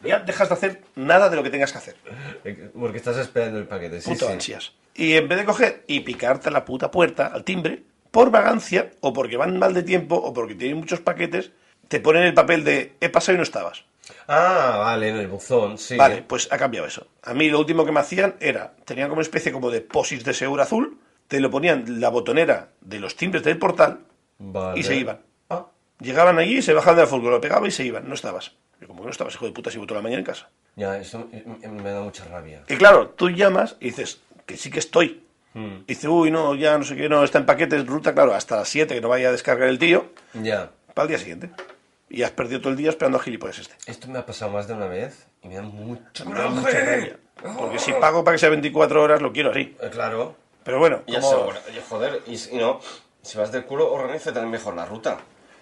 Ya dejas de hacer nada de lo que tengas que hacer.
Eh, Porque estás esperando el paquete, sí,
Puto
sí.
ansias. Y en vez de coger y picarte a la puta puerta, al timbre, por vagancia, o porque van mal de tiempo, o porque tienen muchos paquetes, te ponen el papel de he pasado y no estabas.
Ah, vale, en el buzón, sí.
Vale, pues ha cambiado eso. A mí lo último que me hacían era, tenían como una especie como de posis de seguro azul, te lo ponían la botonera de los timbres del portal,
Vale.
Y se iban.
Ah,
llegaban allí, se bajaban del fútbol, lo pegaba y se iban, no estabas. Y como que no estabas, hijo de puta, si voy toda la mañana en casa.
ya, eso me, me da mucha rabia.
Y claro, tú llamas y dices, que sí que estoy.
Hmm.
Y dice, uy, no, ya no sé qué, no, está en paquetes, ruta, claro, hasta las 7 que no vaya a descargar el tío,
Ya,
para el día siguiente. Y has perdido todo el día esperando a gilipollas este.
esto me ha pasado más de una vez y me da mucha,
Me da mucha
mucha
rabia,
rabia.
Porque
Oh.
si pago para que sea 24 horas, lo quiero así.
Eh, Claro.
Pero bueno,
Ya
como-
seguro. Y, joder, y si no, si vas del culo, organiza también mejor la ruta.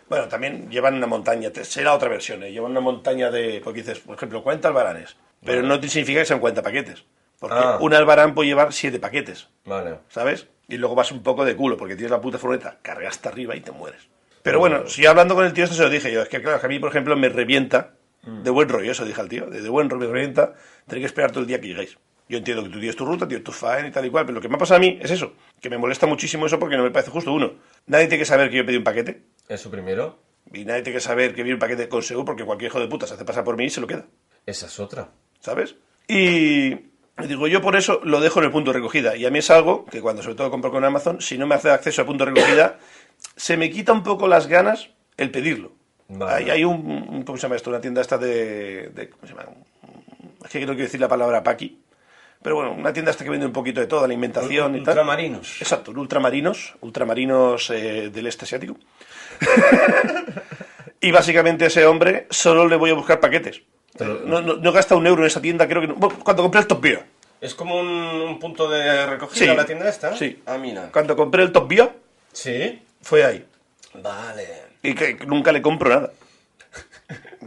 bueno, también llevan una montaña, te- será otra versión, ¿eh? llevan una montaña de, porque dices, por ejemplo, 40 albaranes, pero no te significa que sean 40 paquetes, porque
Ah.
un albarán puede llevar 7 paquetes,
Vale.
¿sabes? Y luego vas un poco de culo, porque tienes la puta furgoneta, carga hasta arriba y te mueres. Pero bueno, si hablando con el tío, esto se lo dije yo. Es que, claro, que a mí, por ejemplo, me revienta de buen rollo, eso dije al tío. De, de buen rollo me revienta, tener que esperar todo el día que lleguéis. Yo entiendo que tú tienes tu ruta, tienes tu faena y tal y cual, pero lo que me ha pasado a mí es eso, que me molesta muchísimo eso porque no me parece justo. Uno, nadie tiene que saber que yo pedí un paquete
Eso primero.
y nadie tiene que saber que vi un paquete con seguro porque cualquier hijo de puta se hace pasar por mí y se lo queda.
Esa es otra.
¿sabes? Y digo, yo por eso lo dejo en el punto de recogida. Y a mí es algo que cuando sobre todo compro con Amazon, si no me hace acceso a punto de recogida, se me quita un poco las ganas el pedirlo.
Vale.
Hay, hay un, un- ¿cómo se llama esto? Una tienda esta de, de- ¿cómo se llama? Es que no quiero decir la palabra paqui. Pero bueno, una tienda esta que vende un poquito de todo, la alimentación y tal.
Ultramarinos.
Exacto, un ultramarinos, ultramarinos eh, del este asiático. y básicamente ese hombre solo le voy a buscar paquetes.
Te lo-
No, no- no gasta un euro en esa tienda, creo que no. Bueno, cuando compré el Top Bio.
Es como un, un punto de recogida
Sí.
la tienda esta.
Sí.
Ah, mira.
Cuando compré el Top Bio,
Sí.
fue ahí.
Vale.
Y que nunca le compro nada.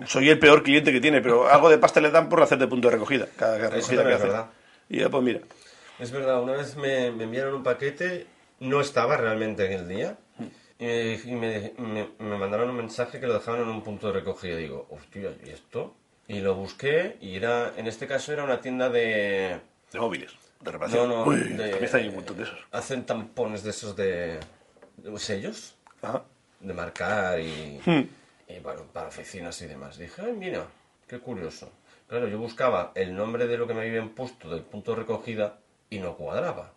Soy el peor cliente que tiene, pero algo de pasta le dan por hacer de punto de recogida. Cada recogida
también
que
es
hace.
verdad.
Y ya, pues mira.
Es verdad, una vez me, me enviaron un paquete, no estaba realmente en el día, y, me, dij- y me- me- me mandaron un mensaje que lo dejaban en un punto de recogida. Digo, hostia, ¿y esto? Y lo busqué, y era, en este caso era una tienda de...
De móviles, de reparación.
No, no,
Uy,
de-
también está ahí un montón de esos.
Hacen tampones de esos de, de sellos,
Ajá.
de marcar y,
Hmm.
y bueno, para oficinas y demás. Dije, ay, mira, qué curioso. Claro, yo buscaba el nombre de lo que me habían puesto del punto de recogida y no cuadraba.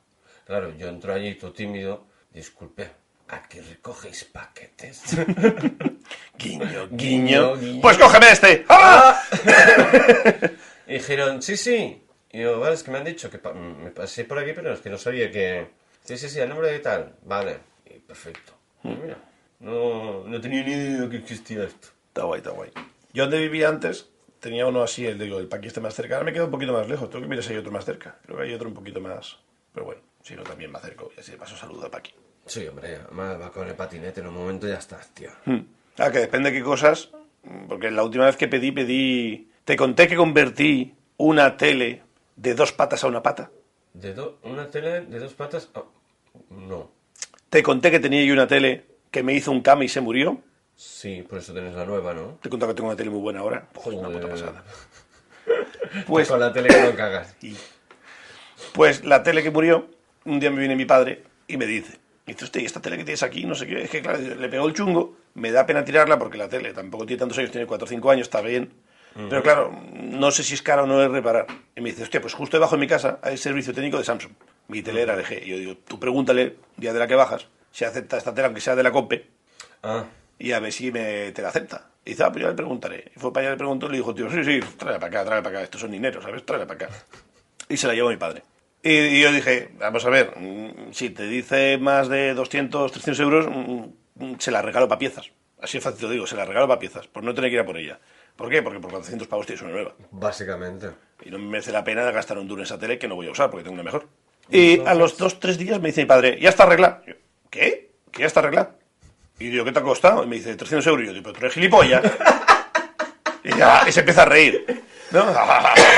Claro, yo entro allí todo tímido, disculpe, aquí recogéis paquetes.
Guiño,
Guiño,
guiño.
guiño.
Pues cógeme este. ¡Ah!
y dijeron, sí, sí. Y yo, vale, es que me han dicho que pa- me pasé por aquí, pero es que no sabía que... Sí, sí, sí, el nombre de tal. Vale, y perfecto. Y mira, no, no tenía ni idea que existía esto.
Está guay, está guay. Yo donde vivía antes tenía uno así, el digo, el paquí este más cerca. Ahora me quedo un poquito más lejos. Tengo que mirar si hay otro más cerca. Creo que hay otro un poquito más. Pero bueno, si no, también me acerco. Y así de paso saludo al paquí.
Sí, hombre, además va con el patinete en un momento ya estás, tío.
Ah, que depende de qué cosas. mm, Porque la última vez que pedí, pedí. Te conté que convertí una tele de dos patas a una pata.
¿De do- ¿Una tele de dos patas? Ah, no.
Te conté que tenía yo una tele que me hizo un cama y se murió.
Sí, por eso tenés la nueva, ¿no?
Te he contado que tengo una tele muy buena ahora. Joder, una puta
Joder.
pasada. Pues
Con la tele que no cagas.
Y, pues la tele que murió, un día me viene mi padre y me dice, dice usted, ¿y esta tele que tienes aquí? No sé qué, es que claro, le pegó el chungo, me da pena tirarla porque la tele tampoco tiene tantos años, tiene 4 o 5 años, está bien. Pero claro, no sé si es cara o no es reparar. Y me dice, hostia, pues justo debajo de mi casa hay servicio técnico de Samsung. Mi tele era LG. Y yo digo, tú pregúntale, día de la que bajas, si acepta esta tele, aunque sea de la COPE,
Ah,
y a ver si me, te la acepta. Y dice, ah, pues ya le preguntaré. Y fue para allá, le preguntó, y le dijo, tío, sí, sí, tráela para acá, tráela para acá, estos son dineros, ¿sabes? Tráela para acá. y se la llevó mi padre. Y, y yo dije, vamos a ver, mm, si te dice más de 200, 300 euros, mm, mm, se la regalo para piezas. Así es fácil te lo digo, se la regalo para piezas, por no tener que ir a por ella. ¿Por qué? Porque por 400 pavos tienes una nueva.
Básicamente.
Y no me merece la pena gastar un duro en esa tele que no voy a usar porque tengo una mejor. Y a los dos, tres días me dice mi padre, ya está arreglada. Yo, ¿Qué? ¿Que ya está arreglada? Y digo, ¿qué te ha costado? Y me dice, 300 euros. Y yo digo, pero tú eres gilipollas. Y, ya, y se empieza a reír. ¿No?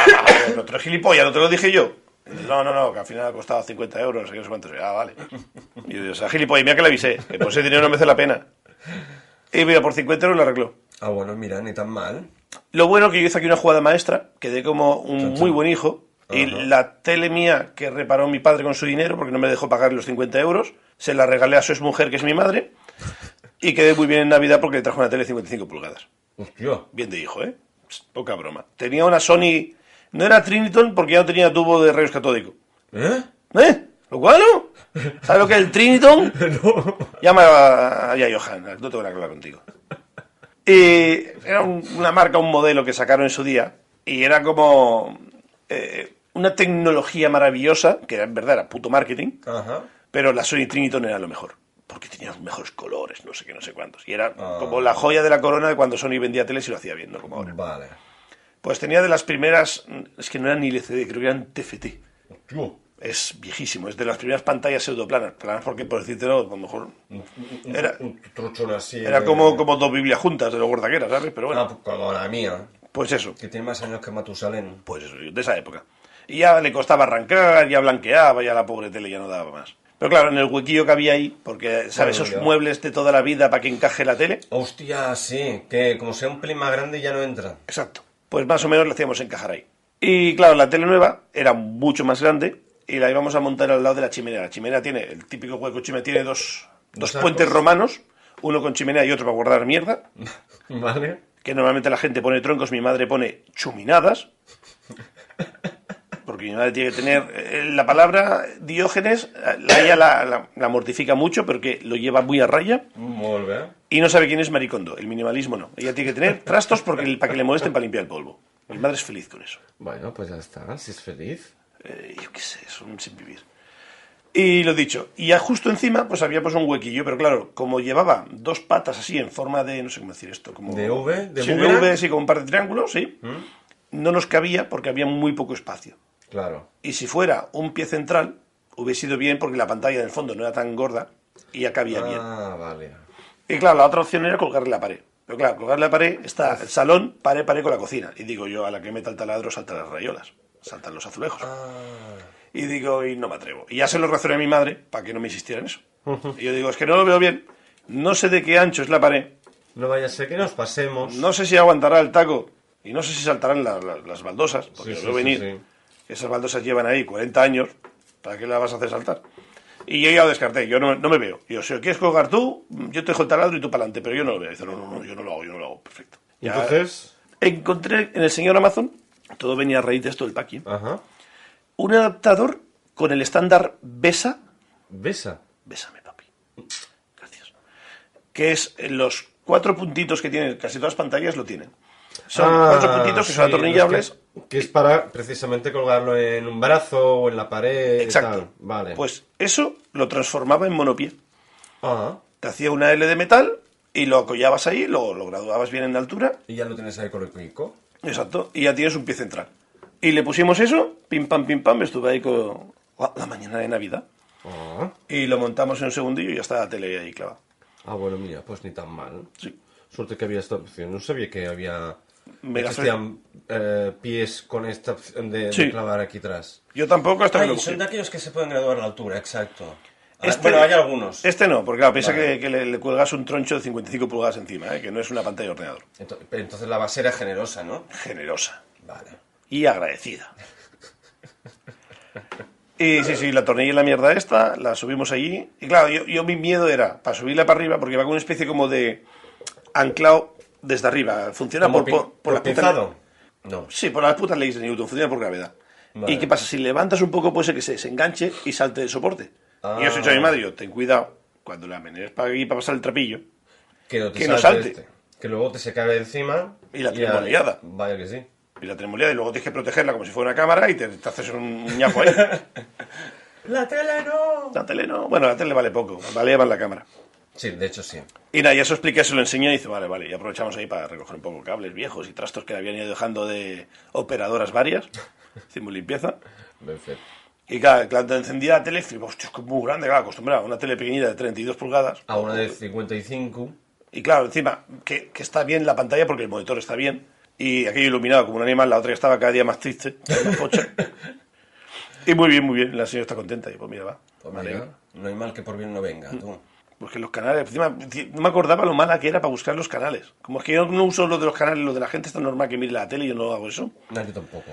pero tú eres gilipollas, no te lo dije yo. Y dice, No, no, no, que al final ha costado 50 euros, no sé qué, no sé cuántos. Y yo, Ah, vale. Y yo digo, o sea, gilipollas, mira que le avisé, que por ese dinero no merece la pena. Y mira, por 50 euros lo arregló.
Ah, bueno, mira, ni tan mal.
Lo bueno que yo hice aquí una jugada maestra, quedé como un muy buen hijo. Y
Ajá.
la tele mía que reparó mi padre con su dinero, porque no me dejó pagar los 50 euros, se la regalé a su exmujer, que es mi madre. Y quedé muy bien en Navidad porque le trajo una tele de 55 pulgadas.
Hostia.
Bien de hijo, ¿eh? Psst, Poca broma. Tenía una Sony. No era Triniton porque ya no tenía tubo de rayos catódico.
¿Eh?
¿Eh? ¿Lo cual no? ¿Sabes lo que es el Triniton?
No.
Llama a, a Johan, no tengo nada que hablar contigo. Y era un- una marca, un modelo que sacaron en su día, y era como eh, una tecnología maravillosa, que era- en verdad era puto marketing,
Ajá.
pero la Sony Triniton era lo mejor, porque tenía los mejores colores, no sé qué, no sé cuántos. Y era
Ah.
como la joya de la corona de cuando Sony vendía teles y lo hacía bien, no como ahora.
Vale.
Pues tenía de las primeras, mm, es que no eran ni LCD, creo que eran TFT.
Hostia.
Es viejísimo, es de las primeras pantallas pseudoplanas, planas porque por decírtelo, a lo mejor Era-
Un trochón así.
Era
de-
como, como dos Biblias juntas de lo gorda que era, ¿sabes? Pero
Ah,
bueno,
pues como la mía.
pues eso,
Que tiene más años que Matusalén.
pues eso, de esa época. Y ya le costaba arrancar, ya blanqueaba, ya la pobre tele ya no daba más. Pero claro, en el huequillo que había ahí, porque, ¿sabes?
Claro,
Esos
ya.
muebles de toda la vida para que encaje la tele.
Hostia, sí. Que como sea un pelín más grande ya no entra.
Exacto. Pues más o menos la hacíamos encajar ahí. Y claro, la tele nueva era mucho más grande y la íbamos a montar al lado de la chimenea. La chimenea tiene, el típico hueco chimenea tiene dos, dos
Dos
puentes
arcos.
romanos, uno con chimenea y otro para guardar mierda.
Vale.
que normalmente la gente pone troncos, mi madre pone chuminadas. Porque mi madre tiene que tener. eh, La palabra Diógenes, eh, la, ella la, la- la mortifica mucho porque lo lleva muy a raya
Molt bé.
y no sabe quién es Maricondo. El minimalismo no. Ella tiene que tener trastos porque, para que le molesten para limpiar el polvo. Mi madre es feliz con eso.
Bueno, pues ya está. Si es feliz.
Eh, yo qué sé, es un sin vivir. Y lo dicho, y ya justo encima, pues había pues un huequillo, pero claro, como llevaba dos patas así en forma de, no sé cómo decir esto, como...
¿De V? ¿De ¿Mm?
sí, de
boomerang?
V, sí, con un par de triángulos, sí. No nos cabía porque había muy poco espacio.
Claro.
Y si fuera un pie central, hubiese sido bien porque la pantalla del fondo no era tan gorda y ya cabía bien.
Ah, vale.
Y claro, la otra opción era colgarle la pared. Pero claro, colgarle la pared está el salón, pared, pared con la cocina. Y digo yo, a la que meta el taladro, saltan las rayolas, saltan los azulejos.
Ah.
Y digo, y no me atrevo. Y ya se lo razoné a mi madre para que no me insistiera en eso. Y yo digo, es que no lo veo bien, no sé de qué ancho es la pared,
No vaya a ser que nos pasemos.
no sé si aguantará el taco y no sé si saltarán la- la- las baldosas, porque
Sí,
lo
sí,
veo
sí,
venir. Esas baldosas llevan ahí 40 años, ¿para qué las vas a hacer saltar? Y yo ya lo descarté, yo no, no me veo. Yo, si lo quieres colgar tú, yo te dejo el taladro y tú para adelante, pero yo no lo veo. Dice, no, no, no, yo no lo hago, yo no lo hago, perfecto.
¿Y
Ya
entonces?
Encontré en el señor Amazon, todo venía a raíz de esto del packing,
Ajá.
un adaptador con el estándar BESA
Besa.
Bésame, papi. Gracias. Que es eh, los cuatro puntitos que tienen, casi todas las pantallas lo tienen. Son
Ah,
cuatro puntitos que son
sí,
atornillables.
los Que, que es para precisamente colgarlo en un brazo o en la pared. y
Exacto.
tal. Vale.
Pues eso lo transformaba en monopié.
Ah,
Te hacía una L de metal y lo acollabas ahí, lo, lo graduabas bien en altura.
y ya lo tienes ahí con el cuico.
Exacto. Y ya tienes un pie central. Y le pusimos eso, pim pam, pim pam, estuve ahí con la- la mañana de Navidad.
Ah.
Y lo montamos en un segundillo y ya está la tele ahí clavada.
Ah, bueno, mira, pues ni tan mal.
Sí.
Suerte que había esta opción. No sabía que había.
Me la
existían eh, pies con esta opción de, de
Sí.
clavar aquí atrás.
Yo tampoco hasta que lo
Ay,
busqué.
son de aquellos que se pueden graduar a la altura, exacto. Ah,
Este-
bueno, hay algunos.
Este no, porque claro, piensa
Vale.
que, que le, le cuelgas un troncho de 55 pulgadas encima, ¿eh? que no es una pantalla de ordenador.
Ento- pero Entonces la base era generosa, ¿no?
Generosa
Vale.
y agradecida. Y sí, sí, la tornilla y la mierda esta, la subimos allí. Y claro, yo, yo mi miedo era para subirla para arriba, porque va con una especie como de anclado desde arriba. Funciona por,
Como
por,
pin-
por las
por
putas-
pinzado. No.
Sí, por las putas leyes de Newton, funciona por gravedad.
Vale.
¿Y qué pasa? Si levantas un poco, puede ser que se desenganche y salte del soporte.
Ah.
Y yo os he dicho a mi madre, yo, ten cuidado, cuando la menees para aquí para pasar el trapillo,
Que no te
Que no
salte
salte.
este. Que luego te se cae encima.
Y la tenemos liada.
Vaya que sí.
Y la tenemos liada y luego tienes que protegerla como si fuera una cámara y te, te haces un ñapo ahí.
¡La tele no!
la tele no. Bueno, la tele vale poco. Vale más la cámara.
Sí, de hecho sí.
Y nada, ya se lo expliqué, se lo enseñé y dice, vale, vale, y aprovechamos ahí para recoger un poco cables viejos y trastos que le habían ido dejando de operadoras varias. Hicimos limpieza.
Perfecto.
Y claro, cuando encendía la tele, flipaba, hostia, es que es muy grande, claro, acostumbrado a una tele pequeñita de 32 pulgadas.
A una de 55.
Y claro, encima, que, que está bien la pantalla porque el monitor está bien. Y aquello iluminado como un animal, la otra que estaba cada día más triste. una pocha. y muy bien, muy bien, la señora está contenta. Y pues mira, va.
Pues
Vale,
mira, no hay mal que por bien no venga, tú.
Porque los canales, encima, no me acordaba lo mala que era para buscar los canales. Como es que yo no uso lo de los canales, lo de la gente, está normal que mire la tele, yo no hago eso.
No, yo tampoco.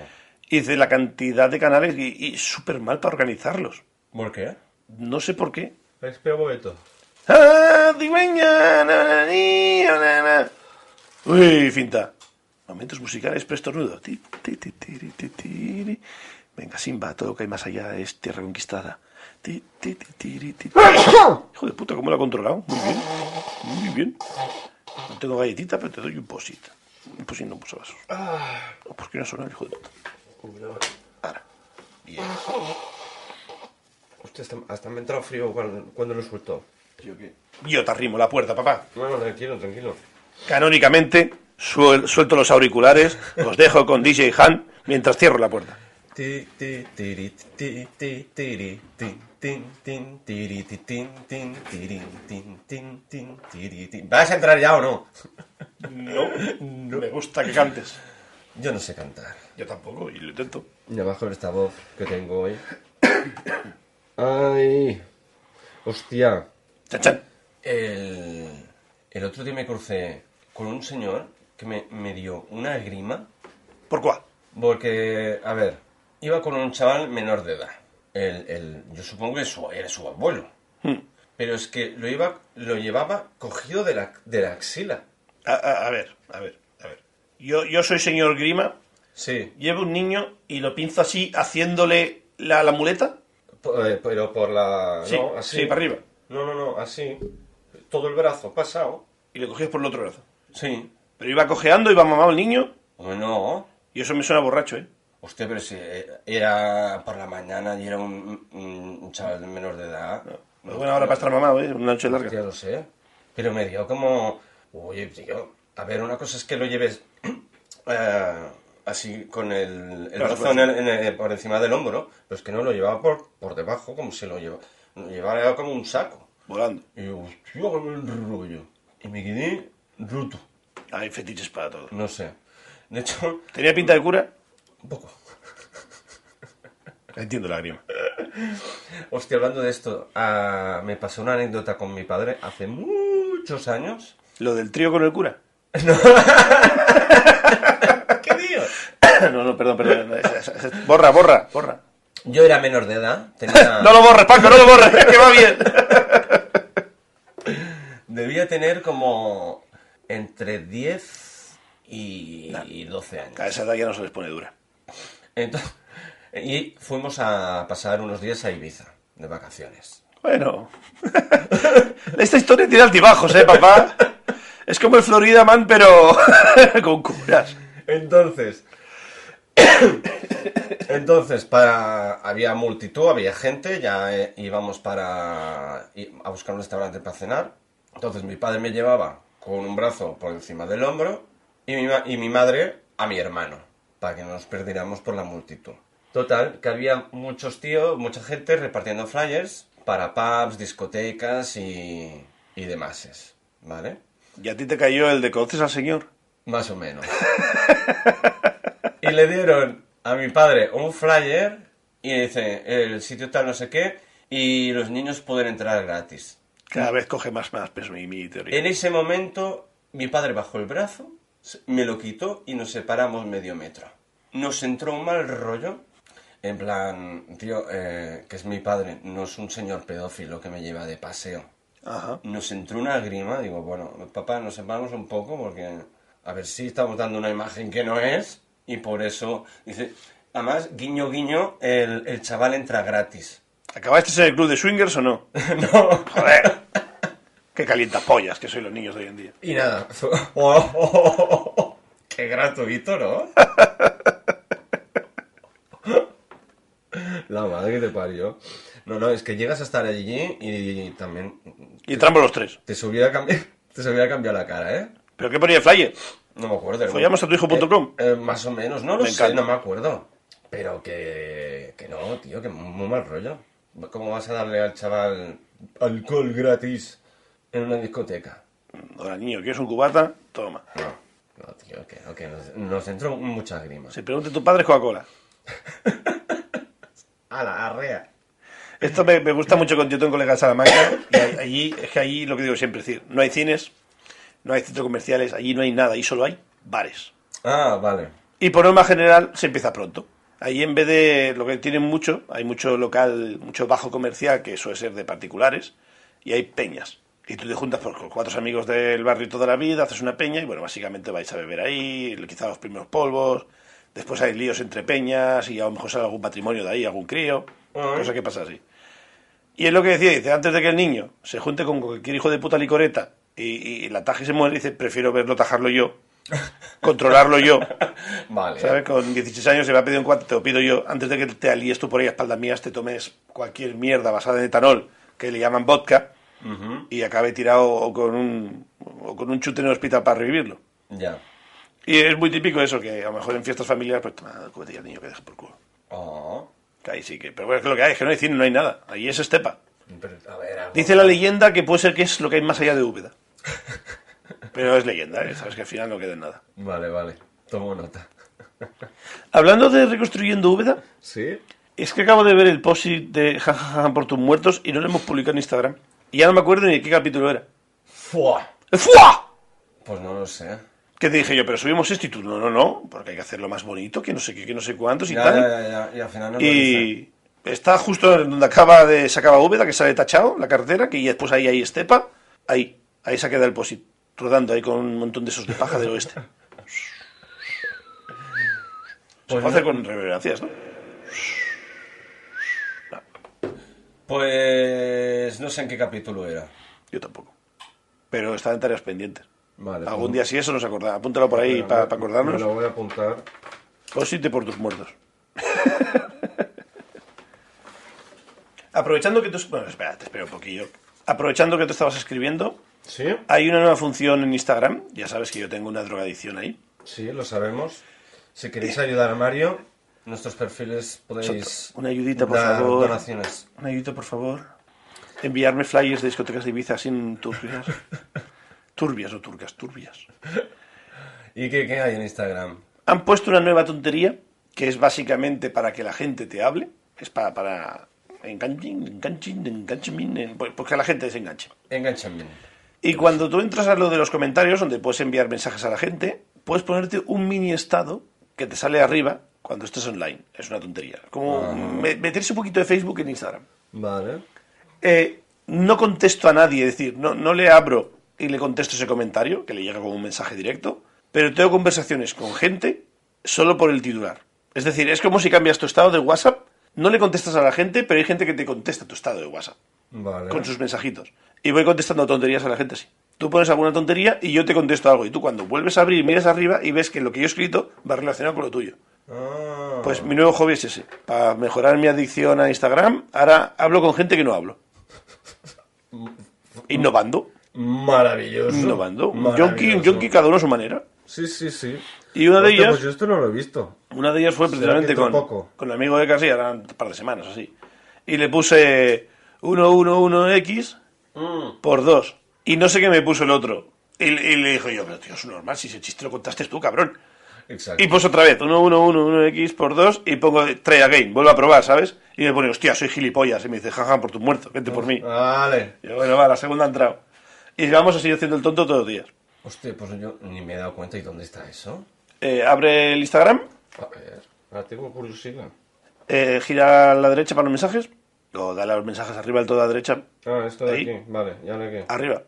Y dice la cantidad de canales y, y súper mal para organizarlos.
¿Por qué?
No sé por qué.
Espera un momento.
¡Ah, cigüeña! na, na, ni, na, na! Uy, finta. Momentos musicales prestornudo. Ti, ti, ti, tiri, ti, tiri. Venga, Simba, todo lo que hay más allá es tierra conquistada. Ti, ti, ti, tiri, ti, ti. Hijo de puta, ¿cómo lo ha controlado? Muy bien. Muy bien. No tengo galletita, pero te doy un posit. Un posit no un posavasos. No, ¿Por qué no suena el hijo de puta? Ahora.
Bien. Hostia, hasta, hasta me ha entrado frío cuando, cuando lo soltó. ¿Yo qué?
Yo te arrimo la puerta, papá.
Bueno, tranquilo, tranquilo.
Canónicamente, suel- suelto los auriculares, los dejo con DJ Han mientras cierro la puerta.
Ti, ti, tiri, ti, ti, tiri, ti, tin, tin, tiri, ti, tin, tin, tiri, tin, tin, tin, tiri, tin. ¿Vas a entrar ya o no?
No, me gusta que cantes.
Yo no sé cantar.
Yo tampoco, y lo intento.
Ya bajo con esta voz que tengo hoy. Ay. Hostia.
Chan, chan.
El, el otro día me crucé con un señor que me, me dio una grima.
¿Por cuál?
Porque, a ver, iba con un chaval menor de edad. El, el- yo supongo que su- era su abuelo.
Hmm.
Pero es que lo, iba, lo llevaba cogido de la, de la axila.
A, a- a ver, a ver, a ver. Yo, yo soy señor Grima,
Sí,
llevo un niño y lo pinzo así, haciéndole la, la muleta.
po- eh, pero por la...
Sí,
no, así.
sí, para arriba.
No, no, no, así. Todo el brazo pasado.
Y le cogías por el otro brazo.
Sí.
Pero iba cojeando, iba mamado el niño,
Hombre, no.
y eso me suena borracho, ¿eh?
Hostia, pero si eh, era por la mañana y era un, un- un chaval de menor de edad.
No es buena hora para estar mamado, ¿eh? Una noche larga.
Pues Ya lo sé. Pero me dio como. Oye, tío. A ver, una cosa es que lo lleves eh, así con el, el
Claro,
brazo
claro.
en el- en el- por encima del hombro, pero es que no lo llevaba por, por debajo, como si lo lleva, lo llevara como un saco.
Volando.
Y yo, hostia, qué mal rollo. Y me quedé roto.
Hay fetiches para todo.
No sé. De hecho,
¿Tenía pinta de cura?
un poco.
Entiendo la grima.
Hostia, hablando de esto, ah, me pasó una anécdota con mi padre hace muchos años.
¿Lo del trío con el cura?
¿Qué dios?
no, no, perdón, perdón. no, esa- esa- esa- Borra, borra, borra.
Yo era menor de edad, tenía...
No lo borres, Paco, no lo borres, que va bien.
Debía tener como entre 10 y y 12 años.
A esa edad ya no se les pone dura.
Entonces, y fuimos a pasar unos días a Ibiza, de vacaciones.
Bueno. Esta historia tiene altibajos, ¿eh, papá? Es como el Florida Man, pero con curas.
Entonces, entonces para había multitud, había gente, ya eh, íbamos para i- a buscar un restaurante para cenar. Entonces mi padre me llevaba con un brazo por encima del hombro y mi, ma- y mi madre a mi hermano, para que no nos perdiéramos por la multitud. Total, que había muchos tíos, mucha gente repartiendo flyers para pubs, discotecas y, y demás. ¿Vale?
Y a ti te cayó el de conoces al señor.
Más o menos. y le dieron a mi padre un flyer y dice, el sitio tal no sé qué, y los niños pueden entrar gratis.
Cada vez coge más, más peso mi, mi teoría.
En ese momento, mi padre bajó el brazo, se- me lo quitó y nos separamos medio metro. Nos entró un mal rollo, en plan, tío, eh, que es mi padre, no es un señor pedófilo que me lleva de paseo
Ajá.
nos entró una grima, digo, bueno, papá, nos separamos un poco porque a ver si estamos dando una imagen que no es y por eso, dice, además, guiño, guiño, el, el chaval entra gratis.
¿Acabaste en el club de swingers o no?
no.
Joder. Qué calientas pollas que soy los niños de hoy en día.
Y nada, fue- oh, oh, oh, oh, oh, qué gratuito, ¿no? La madre que te parió. No, no, es que llegas a estar allí y, y también
Y entramos los tres.
te subiera a cambiar, te subiera a cambiar la cara, ¿eh?
¿Pero qué ponía el flyer?
No me acuerdo.
Follamos a tu hijo.com.
Eh, eh, más o menos, no lo
Me
sé,
encanta.
no me acuerdo. Pero que, que no, tío, que muy mal rollo. ¿Cómo vas a darle al chaval alcohol gratis en una discoteca?
Hola, niño, ¿quieres un cubata? Toma.
No, no, tío, que no, que nos, nos entró muchas grimas.
Si pregunta tu padre es Coca-Cola.
A la arrea.
Esto me, me gusta mucho cuando yo tengo colegas en Salamanca. Y a- allí, es que allí lo que digo siempre, es decir, no hay cines, no hay centros comerciales, allí no hay nada, allí solo hay bares.
Ah, vale.
Y por norma general se empieza pronto. Ahí en vez de lo que tienen mucho, hay mucho local, mucho bajo comercial que suele ser de particulares y hay peñas. Y tú te juntas por- con cuatro amigos del barrio toda la vida, haces una peña y bueno, básicamente vais a beber ahí, quizá los primeros polvos, después hay líos entre peñas y a lo mejor sale algún patrimonio de ahí, algún crío,
Ah.
cosas que pasa así. Y es lo que decía, dice, antes de que el niño se junte con cualquier hijo de puta licoreta y, y la taje y se muere, dice, prefiero verlo tajarlo yo, controlarlo yo,
Vale.
¿Sabes? Con 16 años se me ha pedido un cuarto, te lo pido yo, antes de que te alíes tú por ahí a espaldas mías, te tomes cualquier mierda basada en etanol, que le llaman vodka,
Ujú,
y acabe tirado o con un, o con un chute en el hospital para revivirlo.
Ya.
Y es muy típico eso, que a lo mejor en fiestas familiares, pues toma, cúbete al niño que dejes por culo.
Oh.
Que ahí sí que, pero bueno, es que lo que hay, es que no hay cine, no hay nada, ahí es estepa.
Pero, a ver, algo-
Dice la leyenda que puede ser que es lo que hay más allá de Úbeda. Pero es leyenda, ¿eh? sabes que al final no queda en nada.
Vale, vale. Tomo nota.
Hablando de reconstruyendo Úbeda,
¿Sí?
Es que acabo de ver el post de jajaja por tus muertos y no lo hemos publicado en Instagram. Y ya no me acuerdo ni de qué capítulo era.
¡Fua!
¡Fua!
Pues no lo sé.
Que te dije yo, pero subimos esto y tú, no, no, no, porque hay que hacerlo más bonito, que no sé qué, que no sé cuántos y
Ya,
tal.
ya, ya, ya, y al final no lo hice.
y está justo en donde acaba de, se acaba Úbeda, que sale tachado, la cartera, que ya después ahí hay estepa. Ahí, ahí se queda el post rodando ahí con un montón de esos de paja del oeste.
Pues
se puede hacer
no-
con reverencias, ¿no?
Pues no sé en qué capítulo era.
Yo tampoco. Pero está en tareas pendientes.
Vale.
Algún
pues-
día si eso nos acordamos. Apúntalo por ahí
Espera,
para
me-
acordarnos.
Me lo voy a apuntar.
Posite por tus muertos. Aprovechando que tú... Bueno, espera, te espero un poquillo. Aprovechando que tú estabas escribiendo,
¿Sí?
hay una nueva función en Instagram. Ya sabes que yo tengo una drogadicción ahí.
Sí, lo sabemos. Si queréis ayudar a Mario, nuestros perfiles podéis.
Una ayudita, por
dar
favor.
donaciones.
Una ayuda, por favor. Enviarme flyers de discotecas de Ibiza sin turbias. turbias o turcas, turbias.
¿Y qué, qué hay en Instagram?
Han puesto una nueva tontería que es básicamente para que la gente te hable. Es para... para enganching, enganching, enganching, en- pues pues que la gente se enganche.
Enganchan bien.
Y cuando tú entras a lo de los comentarios, donde puedes enviar mensajes a la gente, puedes ponerte un mini estado que te sale arriba cuando estés online. Es una tontería. Como me- meterse un poquito de Facebook en Instagram.
Vale.
Eh, no contesto a nadie, es decir, no, no le abro y le contesto ese comentario, que le llega como un mensaje directo, pero tengo conversaciones con gente solo por el titular. Es decir, es como si cambias tu estado de WhatsApp, no le contestas a la gente, pero hay gente que te contesta tu estado de WhatsApp
Vale.
con sus mensajitos. Y voy contestando tonterías a la gente así. Tú pones alguna tontería y yo te contesto algo. Y tú cuando vuelves a abrir, miras arriba y ves que lo que yo he escrito va relacionado con lo tuyo.
Ah,
Pues mi nuevo hobby es ese. Para mejorar mi adicción a Instagram, ahora hablo con gente que no hablo. Innovando.
Maravilloso.
Innovando. Un
Maravilloso.
yonki, un yonki, cada uno a su manera.
Sí, sí, sí.
Y una de
Hostia,
ellas-
Pues yo esto no lo he visto.
Una de ellas fue
¿Será
precisamente
que
con,
tampoco?
con el amigo de Casi, ahora un par de semanas así. Y le puse 111X por 2. Y no sé qué me puso el otro. Y, y le dijo yo, pero tío, es normal, si ese chiste lo contaste tú, cabrón.
Exacto.
Y puso otra vez 111X por 2 y pongo try again, vuelvo a probar, ¿sabes? Y me pone, hostia, soy gilipollas. Y me dice, jaja, por tu muerto, vente por mí.
Vale.
Y yo, bueno, va, la segunda ha entrado. Y vamos a seguir haciendo el tonto todos los días.
Hostia, pues yo ni me he dado cuenta. ¿Y dónde está eso?
Eh, abre el Instagram,
A ver. Ahora tengo curiosidad.
eh, gira a la derecha para los mensajes. O dale a los mensajes arriba del todo a la derecha.
Ah, esto de
Ahí.
aquí. Vale, ya le que.
Arriba.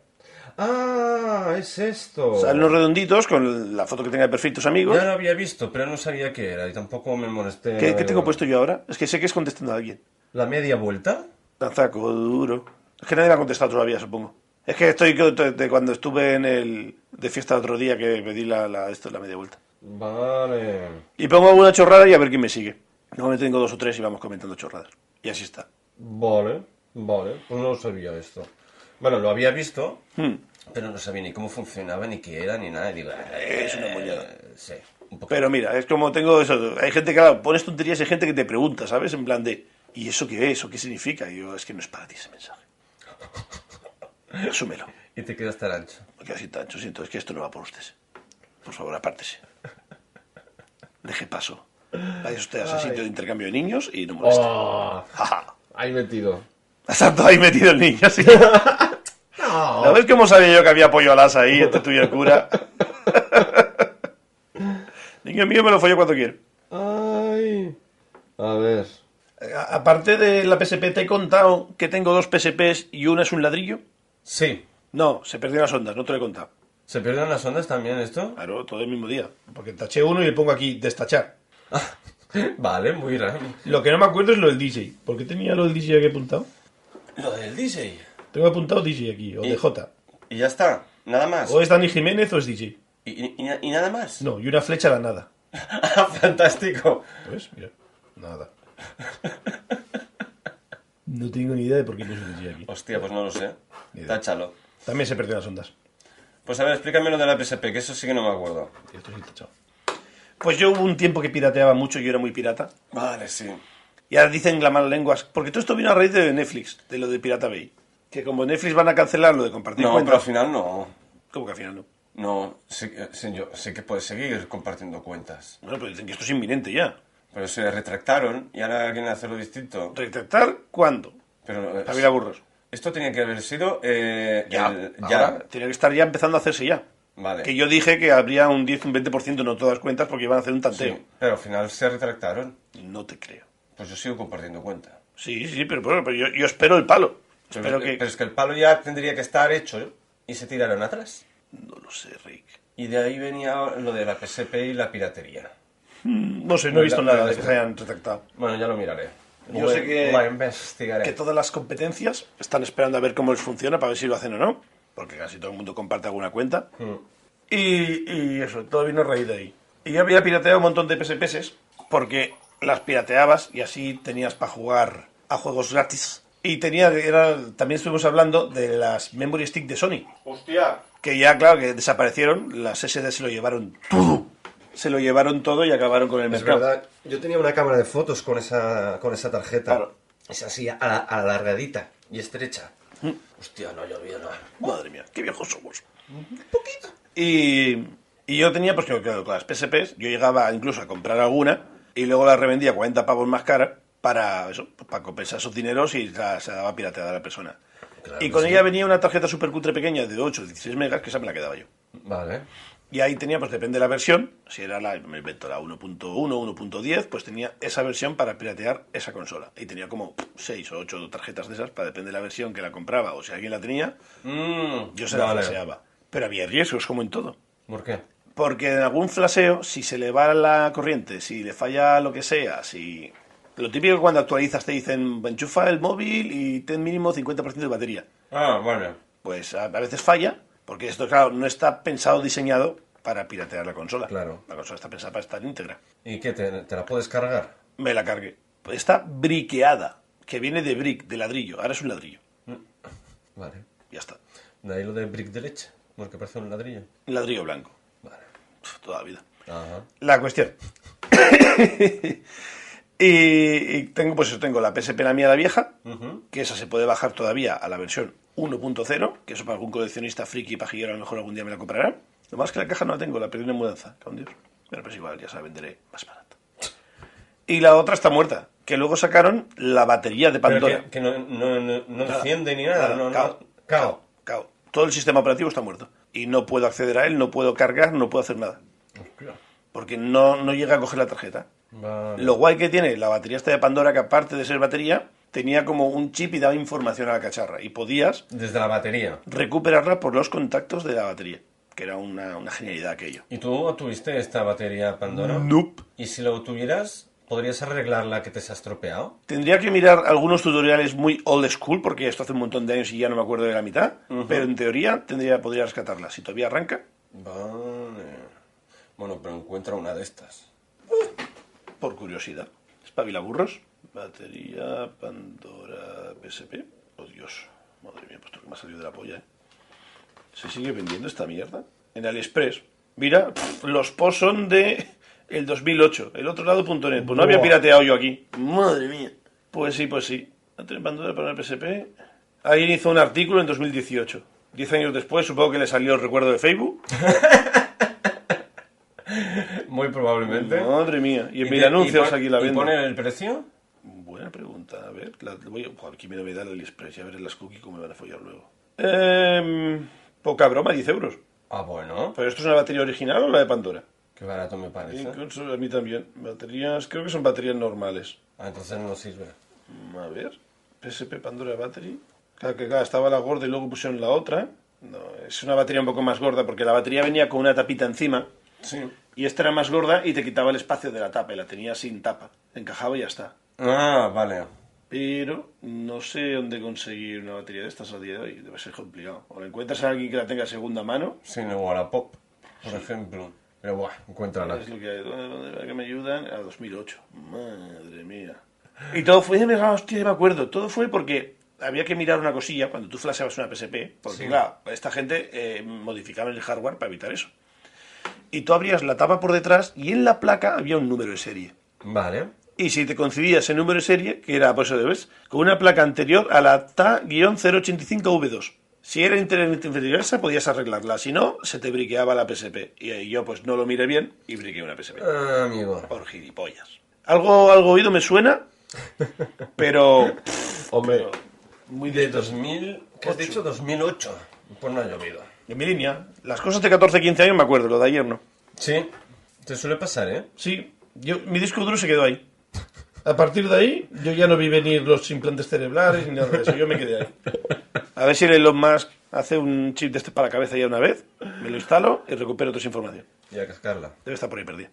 Ah, es esto.
Salen los redonditos con la foto que tenga de perfil tus amigos.
Ya lo había visto, pero no sabía qué era y tampoco me molesté.
¿Qué, qué tengo puesto yo ahora? Es que sé que es contestando a alguien.
¿La media vuelta?
Danzaco duro. Es que nadie me ha contestado todavía, supongo. Es que estoy co- de de cuando estuve en el de fiesta el otro día que pedí la, la- esto, la media vuelta.
Vale.
Y pongo alguna chorrada y a ver quién me sigue. Normalmente tengo dos o tres y vamos comentando chorradas. Y así está.
Vale, vale. Pues no sabía esto. Bueno, lo había visto,
Hmm.
pero no sabía ni cómo funcionaba, ni qué era, ni nada. Y digo, eh,
Es una mollada.
Sí, un poco.
Pero mira, es como tengo eso. Hay gente que, claro, pones tonterías y hay gente que te pregunta, ¿sabes? En plan de, ¿y eso qué es? ¿O qué significa? Y yo, es que no es para ti ese mensaje. Asúmelo.
Y te quedas tan ancho.
Me quedo así tan siento, es que esto no va por usted. Por favor, apártese. Deje paso. Vaya usted a ese sitio de intercambio de niños y no moleste.
¡Oh!
Jaja.
Ahí metido.
Está todo ahí metido el niño, sí. ¿No ves cómo sabía yo que había pollo alas ahí entre tú y el cura? niño mío me lo follo cuando quiero.
Ay. A ver.
Eh, A- Aparte de la PSP, te he contado que tengo dos PSPs y una es un ladrillo.
Sí.
No, se perdió las ondas, no te lo he contado.
¿Se pierden las ondas también esto?
Claro, todo el mismo día. Porque taché uno y le pongo aquí destachar.
vale, muy raro.
Lo que no me acuerdo es lo del DJ. ¿Por qué tenía lo del DJ aquí apuntado?
Lo del DJ.
Tengo apuntado DJ aquí, o
Y-
DJ.
Y ya está. Nada más.
O es Dani Jiménez o es DJ.
¿Y, y- y na- y nada más? Ah,
No, y una flecha a la nada.
Fantástico.
¿Ves? Mira, nada. No tengo ni idea de por qué puse DJ aquí.
Hostia, pues no lo sé.
Ni idea.
Táchalo.
También se perdió las ondas.
Pues a ver, explícame lo de la PSP, que eso sí que no me acuerdo.
Y esto sí tachado. Pues yo hubo un tiempo que pirateaba mucho, yo era muy pirata.
Vale, sí.
Y ahora dicen la mala lenguas. Porque todo esto vino a raíz de Netflix, de lo de Pirata Bay. Que como Netflix van a cancelar lo de compartir
No, pero al
cuentas.
final no.
¿Cómo que al final no?
No, sí, que- sí, yo sé que puedes seguir compartiendo cuentas.
Bueno, pero dicen que esto es inminente ya.
Pero se retractaron y ahora quieren hacerlo distinto.
¿Retractar cuándo?
Pero eh,
Javier Burros.
esto tenía que haber sido... eh, el-
ahora, Tiene que estar ya empezando a hacerse ya.
Vale.
Que yo dije que habría un 10, un 20% en todas las cuentas porque iban a hacer un
Sí,
tanteo.
pero al final se retractaron.
No te creo.
Pues yo sigo compartiendo cuenta.
Sí, sí, pero, bueno, pero yo, yo espero el palo.
Pero,
espero que...
pero es que el palo ya tendría que estar hecho ¿eh? y se tiraron atrás.
No lo sé, Rick.
Y de ahí venía lo de la PSP y la piratería.
No sé, no he visto
Pues La- la-
nada
la-
de que se hayan retractado.
Bueno, ya lo miraré.
Yo
Lo-
sé que-
Lo investigaré.
que todas las competencias están esperando a ver cómo les funciona para ver si lo hacen o no, porque casi todo el mundo comparte alguna cuenta.
Hmm.
Y, y eso, todo vino a raíz de ahí. Y yo había pirateado un montón de PSPs porque las pirateabas y así tenías para jugar a juegos gratis. Y tenía, era- también estuvimos hablando de las memory stick de Sony,
¡Hostia!
que ya, claro, que desaparecieron, las SD se lo llevaron todo. Se lo llevaron todo y acabaron con el
Es
mercado.
verdad, yo tenía una cámara de fotos con esa, con esa tarjeta.
Claro.
Es así, a- alargadita y estrecha. Hostia, no llovió nada.
Madre mía, qué viejos somos. Un poquito. Y, y yo tenía, pues que claro, con las PSPs, yo llegaba incluso a comprar alguna y luego la revendía 40 pavos más cara para eso, pues, para compensar esos dineros y la- se la daba pirateada a la persona.
Claro
y
que
con
sí.
ella venía una tarjeta super cutre pequeña de 8 16 megas que esa me la quedaba yo.
Vale.
Y ahí tenía, pues depende de la versión, si era la, me invento la 1.1, 1.10, pues tenía esa versión para piratear esa consola. Y tenía como 6 o 8 tarjetas de esas, para depende de la versión que la compraba o si alguien la tenía,
Mm,
yo se la
vale.
flaseaba. Pero había riesgos, como en todo.
¿Por qué?
Porque en algún flaseo, si se le va la corriente, si le falla lo que sea, si... Lo típico que cuando actualizas te dicen, enchufa el móvil y ten mínimo 50% de batería.
Ah, vale.
Pues a, a veces falla, porque esto, claro, no está pensado, diseñado para piratear la consola.
Claro.
La consola está pensada para estar íntegra.
¿Y qué? ¿Te, te la puedes cargar?
Me la cargué. Pues está briqueada, que viene de brick, de ladrillo. Ahora es un ladrillo.
Vale.
Ya está.
De ahí lo de brick de leche, porque parece un ladrillo.
Un ladrillo blanco.
Vale.
Pf, toda la vida.
Ajá.
La cuestión. y, y tengo, pues eso, tengo la PSP la mía la vieja,
Ujú.
que esa se puede bajar todavía a la versión 1.0, que eso para algún coleccionista friki pajillero a lo mejor algún día me la comprará. Lo más que la caja no la tengo, la perdí en mudanza, con Dios. Pero pues igual, ya se la venderé más barata. Y la otra está muerta, que luego sacaron la batería de
Pero
Pandora.
que, que no, no, no, no
Nada,
enciende ni nada. no, no.
cao,
Cao.
cao. Todo el sistema operativo está muerto. Y no puedo acceder a él, no puedo cargar, no puedo hacer nada. Porque no, no llega a coger la tarjeta.
Vale.
Lo guay que tiene la batería esta de Pandora, que aparte de ser batería, tenía como un chip y daba información a la cacharra. Y podías
Desde la batería.
recuperarla por los contactos de la batería. Que era una, una genialidad aquello.
¿Y tú obtuviste esta batería Pandora?
Nope.
¿Y si la obtuvieras, podrías arreglar la que te se ha estropeado?
Tendría que mirar algunos tutoriales muy old school, porque esto hace un montón de años y ya no me acuerdo de la mitad. Pero en teoría tendría, podría rescatarla. Si todavía arranca,
Vale. Bueno, pero encuentra una de estas.
por curiosidad. Es Pavilaburros. Batería, Pandora, PSP. Oh, Dios. Madre mía, pues esto que me ha salido de la polla, ¿eh? ¿Se sigue vendiendo esta mierda? En AliExpress. Mira, pff, los posts son de el 2008. El otro lado.net. Pues no había
Buah.
pirateado yo aquí. Madre mía. Pues sí, pues sí. Antes Pandora para el PSP. Alguien hizo un artículo en 2018. Diez años después, supongo que le salió el recuerdo de Facebook.
Muy probablemente.
Madre mía. Y en mil
te-
anuncios
pon-
aquí la
¿Y
vendo.
ponen el precio?
Buena pregunta. A ver, la, voy a, joder, aquí me voy a dar el express y a ver las cookies cómo me van a follar luego. Em, poca broma, 10 euros.
Ah, bueno.
¿Pero esto es una batería original o la de Pandora?
Qué barato me parece.
Incluso a mí también. Baterías, creo que son baterías normales. Mm,
Ah, entonces no sirve.
A ver, PSP Pandora Battery. Claro que claro, estaba la gorda y luego pusieron la otra. No, es una batería un poco más gorda porque la batería venía con una tapita encima
Sí.
y esta era más gorda y te quitaba el espacio de la tapa y la tenía sin tapa. Encajaba y ya está.
Ah, vale.
Pero no sé dónde conseguir una batería de estas a día de hoy. Debe ser complicado. O la encuentras a alguien que la tenga a segunda mano.
Sí, luego a la pop, por ejemplo. Pero buah, encuéntrala.
Es lo que hay. ¿Dónde- dónde va que me ayudan? A 2008. Madre mía. Y todo fue... mira, Hostia, me acuerdo. Todo fue porque había que mirar una cosilla cuando tú flasheabas una PSP. Porque,
Sí.
claro, esta gente eh, modificaba el hardware para evitar eso. Y tú abrías la tapa por detrás y en la placa había un número de serie.
Vale.
Y si te coincidía ese número de serie, que era, pues eso ves, con una placa anterior a la TA-085V2. Si era intermitente inversa, podías arreglarla. Si no, se te briqueaba la PSP. Y ahí yo, pues no lo miré bien y briqueé una PSP.
Ah, amigo.
Por gilipollas. Algo, algo oído me suena, pero.
Hombre.
pero muy
De
de.
2000... ¿Qué has dicho? 2008. Pues no ha llovido.
En mi línea. Las cosas de 14, 15 años me acuerdo, lo de ayer no.
Sí. Te suele pasar, ¿eh?
Sí, yo, mi disco duro se quedó ahí. A partir de ahí, yo ya no vi venir los implantes cerebrales ni nada de eso, yo me quedé ahí. A ver si el Elon Musk hace un chip de este para la cabeza ya una vez, me lo instalo y recupero toda esa información.
Y a cascarla.
Debe estar por ahí perdida.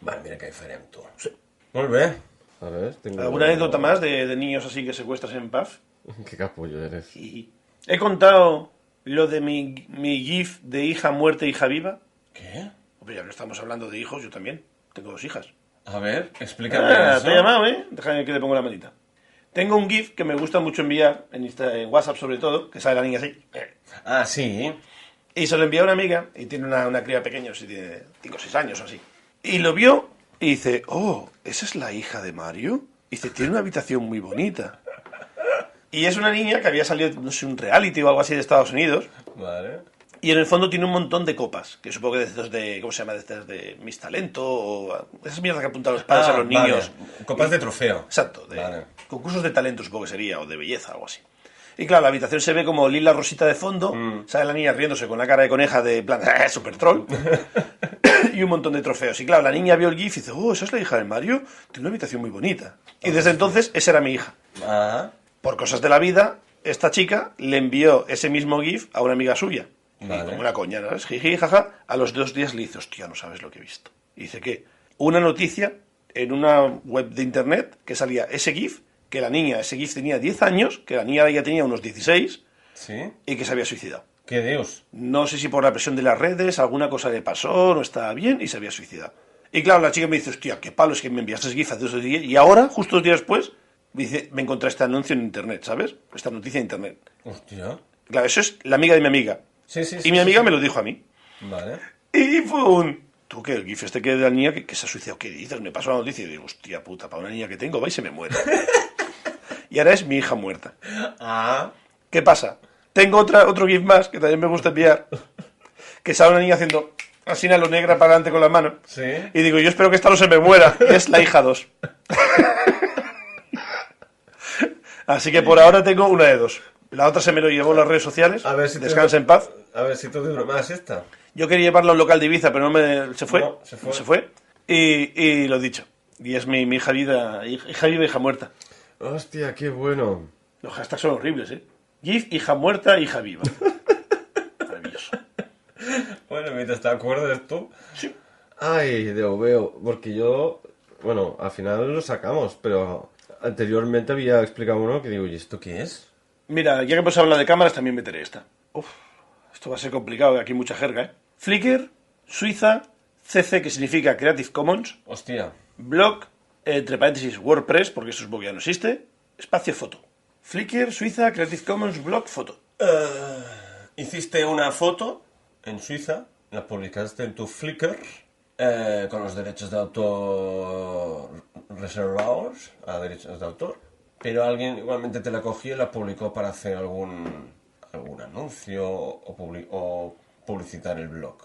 Vale, mira que diferent, tú. Sí. Molt bé. A ver, tengo...
¿Alguna anécdota más de, de niños así que secuestras en paz?
Qué capullo eres.
Y- He contado lo de mi, mi GIF de hija muerta, e hija viva.
¿Qué?
Hombre, ya no estamos hablando de hijos, yo también. Tengo dos hijas.
A ver, explícame
Ah,
eso.
te he llamado, ¿eh? Déjame que le pongo la manita. Tengo un GIF que me gusta mucho enviar, en, Insta- en WhatsApp sobre todo, que sale la niña así.
Ah, sí.
Y se lo envió a una amiga, y tiene una, una cría pequeña, si tiene 5 o 6 años o así. Y lo vio y dice, oh, ¿esa es la hija de Mario? Y dice, tiene una habitación muy bonita. Y es una niña que había salido, no sé, un reality o algo así de Estados Unidos.
Vale.
Y en el fondo tiene un montón de copas, que supongo que de estos de, ¿cómo se llama? De estos de Mis Talento o esas mierdas que apuntan los padres a los
Ah, vale.
niños.
Copas de trofeo.
Exacto, de
Vale.
concursos de talento supongo que sería, o de belleza, algo así. Y claro, la habitación se ve como lila rosita de fondo, sale la niña riéndose con la cara de coneja de plan, ¡Ah, super troll, y un montón de trofeos. Y claro, la niña vio el GIF y dice, oh, esa es la hija de Mario, tiene una habitación muy bonita. Y desde entonces, esa era mi hija.
Ah,
Por cosas de la vida, esta chica le envió ese mismo GIF a una amiga suya. Y
Vale.
como una coña, ¿no? Es jiji, jaja. A los dos días le dice, hostia, no sabes lo que he visto. Y dice que una noticia en una web de internet que salía ese GIF, que la niña, ese GIF tenía 10 años, que la niña ya tenía unos 16
sí.
y que se había suicidado.
¿Qué dios?
No sé si por la presión de las redes alguna cosa le pasó, no estaba bien y se había suicidado. Y claro, la chica me dice, hostia, qué palo es que me enviaste ese GIF hace dos días. Y ahora, justo dos días después, me dice, me encontré este anuncio en internet, ¿sabes? Esta noticia en internet.
Hostia.
Claro, eso es la amiga de mi amiga.
Sí, sí, sí.
Y mi
sí,
amiga
sí.
me lo dijo a mí.
Vale.
Y fue un... Tú, que el GIF este que de la niña que, que se ha suicidado, ¿qué dices? Me pasó la noticia y digo, hostia puta, para una niña que tengo, va y se me muere. y ahora es mi hija muerta.
Ah.
¿Qué pasa? Tengo otra, otro GIF más que también me gusta enviar. Que sale una niña haciendo así a lo negra para adelante con la mano.
Sí.
Y digo, yo espero que esta no se me muera. Y es la hija 2. así que por ahora tengo una de dos. La otra se me lo llevó las redes sociales.
A ver si te-
Descansa en paz.
A ver si tú dura más esta.
Yo quería llevarla a un local de Ibiza, pero no me, se, fue,
No, se fue.
Y, y lo dicho. Y es mi, mi hija vida, hija hija viva, hija muerta.
Hostia, qué bueno.
Los hashtags son horribles, ¿eh? GIF, hija muerta, hija viva. Maravilloso.
Bueno, mientras te acuerdes tú.
Sí.
Ay, lo veo. Porque yo. Bueno, al final lo sacamos, pero anteriormente había explicado uno que digo, ¿y esto qué es?
Mira, ya que hemos hablado de cámaras, también meteré esta. Uf, esto va a ser complicado, aquí hay mucha jerga, ¿eh? Flickr, Suiza, CC, que significa Creative Commons,
Hostia.
Blog, entre paréntesis WordPress, porque eso supongo que ya no existe, espacio foto. Flickr, Suiza, Creative Commons, blog, foto.
Eh, Hiciste una foto en Suiza, la publicaste en tu Flickr, eh, con los derechos de autor reservados a derechos de autor, pero alguien igualmente te la cogió y la publicó para hacer algún, algún anuncio o, publi- o publicitar el blog.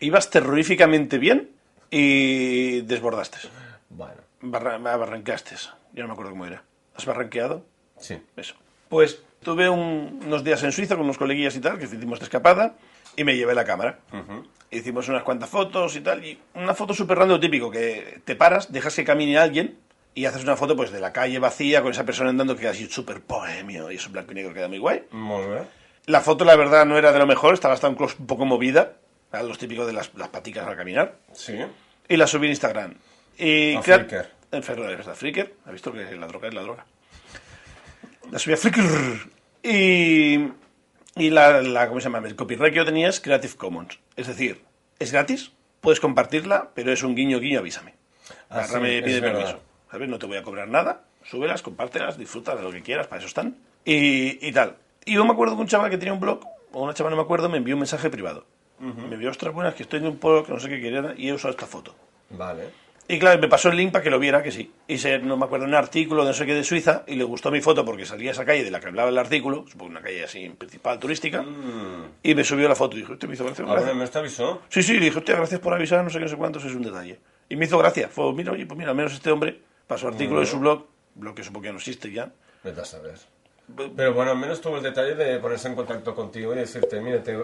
Ibas terroríficamente bien y desbordaste.
Bueno,
Barra- barranqueaste. Ya no me acuerdo cómo era. ¿Has barranqueado?
sí.
Eso. Pues tuve un- unos días en Suiza con unos coleguillas y tal, que hicimos esta escapada, y me llevé la cámara. Hicimos unas cuantas fotos y tal, y una foto súper random típico, que te paras, dejas que camine alguien, y haces una foto pues de la calle vacía con esa persona andando que queda así súper bohemio, y eso en blanco y negro queda muy guay.
Molt bé.
La foto, la verdad, no era de lo mejor, estaba hasta un close un poco movida, a los típicos de las, las paticas al caminar,
Sí.
y la subí en Instagram. Y
A
crea-
Flickr.
En Flickr, es verdad, Flickr. ¿Has visto que la droga es la droga? La subí a Flickr. Y, y la, la- ¿cómo se llama? El copyright que yo tenía es Creative Commons. Es decir, es gratis, puedes compartirla, pero es un guiño, guiño, avísame.
Ah,
Agárrame,
sí,
pide
es verdad.
permiso. ¿Sabes? No te voy a cobrar nada. Súbelas, compártelas, disfruta de lo que quieras, para eso están. Y, y tal. Y yo me acuerdo que un chaval que tenía un blog, o una chava no me acuerdo, me envió un mensaje privado. Me envió, ostras, buenas, que estoy en un blog, que no sé qué quería, y he usado esta foto.
Vale.
Y claro, me pasó el link para que lo viera, que sí. Y se, no me acuerdo, un artículo de no sé qué de Suiza, y le gustó mi foto porque salía esa calle de la que hablaba el artículo, supongo una calle así principal turística, y me subió la foto y dijo, este me hizo gracia.
Ahora
gracias".
me está avisó.
Sí, sí, le dije, hostia, gracias por avisar, no sé qué, no sé cuántos, es un detalle. Y me hizo gracia. Fue, mira, oye, pues mira, al menos este hombre pasó artículo de su blog, blog que supongo que ya no existe ya.
Vete a saber. Pero bueno, al menos tuvo el detalle de ponerse en contacto contigo y decirte, mira, te,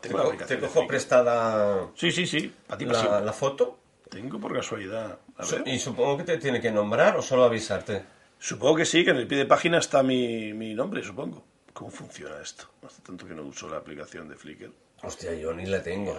te,
la
co-
ubicación
te
de
cojo
Flickr.
prestada
Sí, sí, sí, a ti
la, la foto
Tengo por casualidad. A
su-
ver.
y supongo que te tiene que nombrar o solo avisarte.
Supongo que sí, que en el pie de página está mi, mi nombre, supongo. ¿Cómo funciona esto? Hace tanto que no uso la aplicación de Flickr.
Hostia, yo ni la tengo.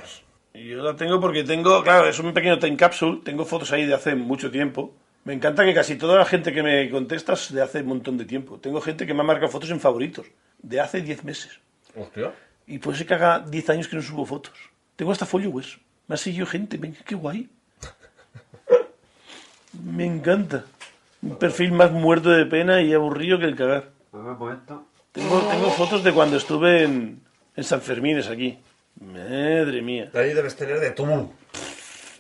Y Yo la tengo porque tengo, claro, es un pequeño time capsule, tengo fotos ahí de hace mucho tiempo. Me encanta que casi toda la gente que me contesta es de hace un montón de tiempo. Tengo gente que me ha marcado fotos en favoritos, de hace 10 meses.
Hostia.
Y puede ser que haga 10 años que no subo fotos. Tengo hasta followers. Me ha seguido gente, venga, qué guay. Me encanta. Un perfil más muerto de pena y aburrido que el cagar. Tengo, tengo fotos de cuando estuve en, en San Fermín, es aquí. Madre mía.
Ahí debes tener de tú.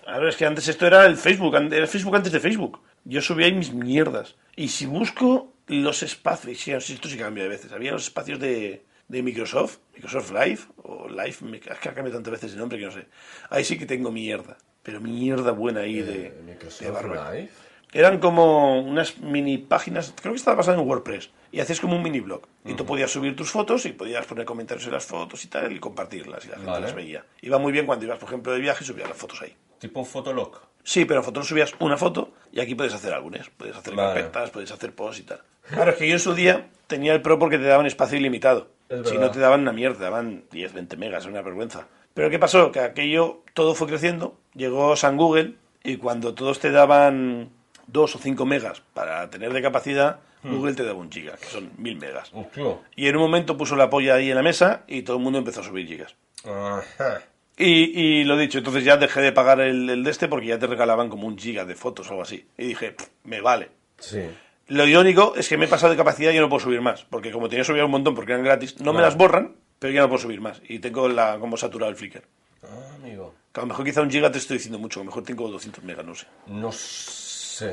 A ver, es que antes esto era el Facebook, an- era Facebook antes de Facebook. Yo subía ahí mis mierdas. Y si busco los espacios, sí, esto sí cambia de veces. Había los espacios de, de Microsoft, Microsoft Live, o Live, me- es que ha cambiado tantas veces el nombre que no sé. Ahí sí que tengo mierda, pero mierda buena ahí de, de
Eh, Microsoft
barba.
Live.
Eran como unas mini páginas, creo que estaba basado en WordPress, y hacías como un mini blog. Y tú podías subir tus fotos y podías poner comentarios en las fotos y tal, y compartirlas, y la gente
Vale.
las veía. Iba muy bien cuando ibas, por ejemplo, de viaje y subías las fotos ahí.
Tipo un fotolog.
Sí, pero en Fotolog subías una foto y aquí puedes hacer álbumes, puedes hacer
Vale.
carpetas, puedes hacer posts y tal. Claro, es que yo en su día tenía el Pro porque te daban espacio ilimitado.
Es
Si
verdad.
no te daban una mierda, te daban 10, 20 megas, una vergüenza. Pero ¿qué pasó? Que aquello todo fue creciendo, llegó San Google y cuando todos te daban 2 o 5 megas para tener de capacidad,
Hmm.
Google te daba un giga, que son 1000 megas.
Hostia.
Y en un momento puso la polla ahí en la mesa y todo el mundo empezó a subir gigas.
Ajá.
Y, y lo dicho, entonces ya dejé de pagar el, el de este porque ya te regalaban como un giga de fotos o algo así. Y dije, "Pff, me vale.
Sí.
Lo irónico es que me he pasado de capacidad y ya no puedo subir más. Porque como tenía subir un montón porque eran gratis, no me
Claro.
las borran, pero ya no puedo subir más. Y tengo la, como saturado el Flickr.
Ah, amigo.
Que a lo mejor quizá un giga te estoy diciendo mucho, a lo mejor tengo 200 megas, no sé.
No sé.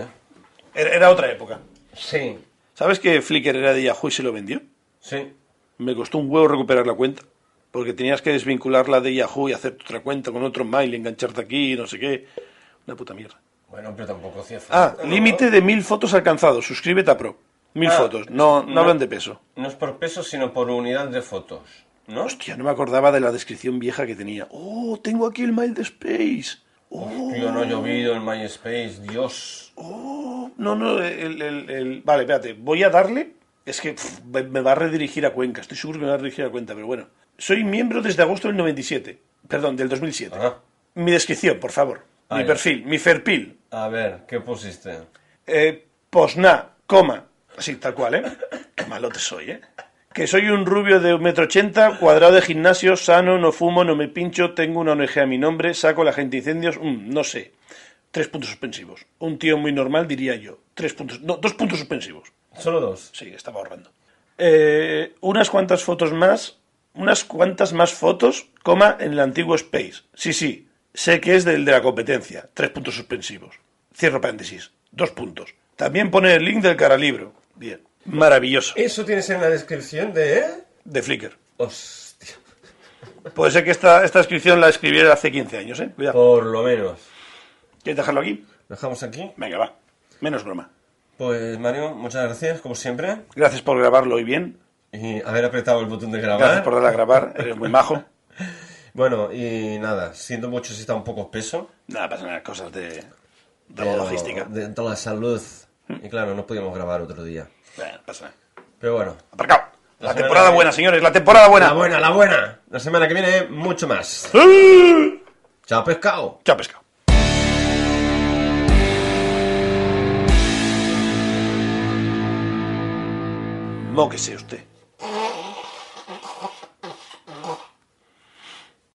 Era, era otra época.
Sí.
¿Sabes que Flickr era de Yahoo y se lo vendió?
Sí.
Me costó un huevo recuperar la cuenta. Porque tenías que desvincularla de Yahoo y hacer otra cuenta con otro mail, engancharte aquí, no sé qué. Una puta mierda.
Bueno, pero tampoco hacía falta.
Ah,
¿no?
límite de mil fotos alcanzados. Suscríbete a Pro. Mil
Ah,
fotos. No, no,
no.
hablan de peso.
No es por peso, sino por unidad de fotos. ¿No?
Hostia, no me acordaba de la descripción vieja que tenía. Oh, tengo aquí el mail de Space. Oh,
Yo no he llovido en MySpace, Dios.
oh. no, no, el, el- el- Vale, espérate. Voy a darle. Es que pff, me me va a redirigir a Cuenca. Estoy seguro que me va a redirigir a Cuenca, pero bueno. Soy miembro desde agosto del 97. Perdón, del 2007.
Ajá.
Mi descripción, por favor.
Ah,
mi
ya.
perfil, mi perfil.
A ver, ¿qué pusiste?
eh, posna, coma, así tal cual, ¿eh? Qué malote soy, ¿eh? Que soy un rubio de 1,80m, cuadrado de gimnasio, sano, no fumo, no me pincho, tengo una ONG a mi nombre, saco a la gente de incendios, mm, no sé. Tres puntos suspensivos. Un tío muy normal diría yo. Tres puntos. No, dos puntos suspensivos.
Solo dos.
Sí, estaba ahorrando. Eh, unas cuantas fotos más. Unas cuantas más fotos, coma, en el antiguo Space. Sí, sí. Sé que es del de la competencia. Tres puntos suspensivos. Cierro paréntesis. Dos puntos. También pone el link del caralibro. Bien. Maravilloso.
Eso tienes en la descripción de... ¿eh?
De Flickr.
Hostia.
Puede ser que esta, esta inscripción la escribiera hace 15 años, ¿eh? Cuidado.
Por lo menos.
¿Quieres dejarlo aquí?
Lo dejamos aquí.
Venga, va. Menos broma.
Pues Mario, muchas gracias, como siempre.
Gracias por grabarlo hoy bien.
Y haber apretado el botón de
Gracias
grabar.
por darle a grabar. Eres muy majo.
Bueno, y nada, siento mucho si está un poco espeso.
Nada, pasa nada. Cosas de, de la
pero
logística. Mm.
De, de la salud. Y claro, no podíamos grabar otro día.
Bueno, pasa nada.
Pero bueno.
Aparcado.
La
La
semana
temporada
que viene.
buena, señores. La temporada
La
buena.
buena, la buena. La semana que viene, mucho más.
¡Ah!
Chao, pescado.
Chao, pescado. Móquese usted.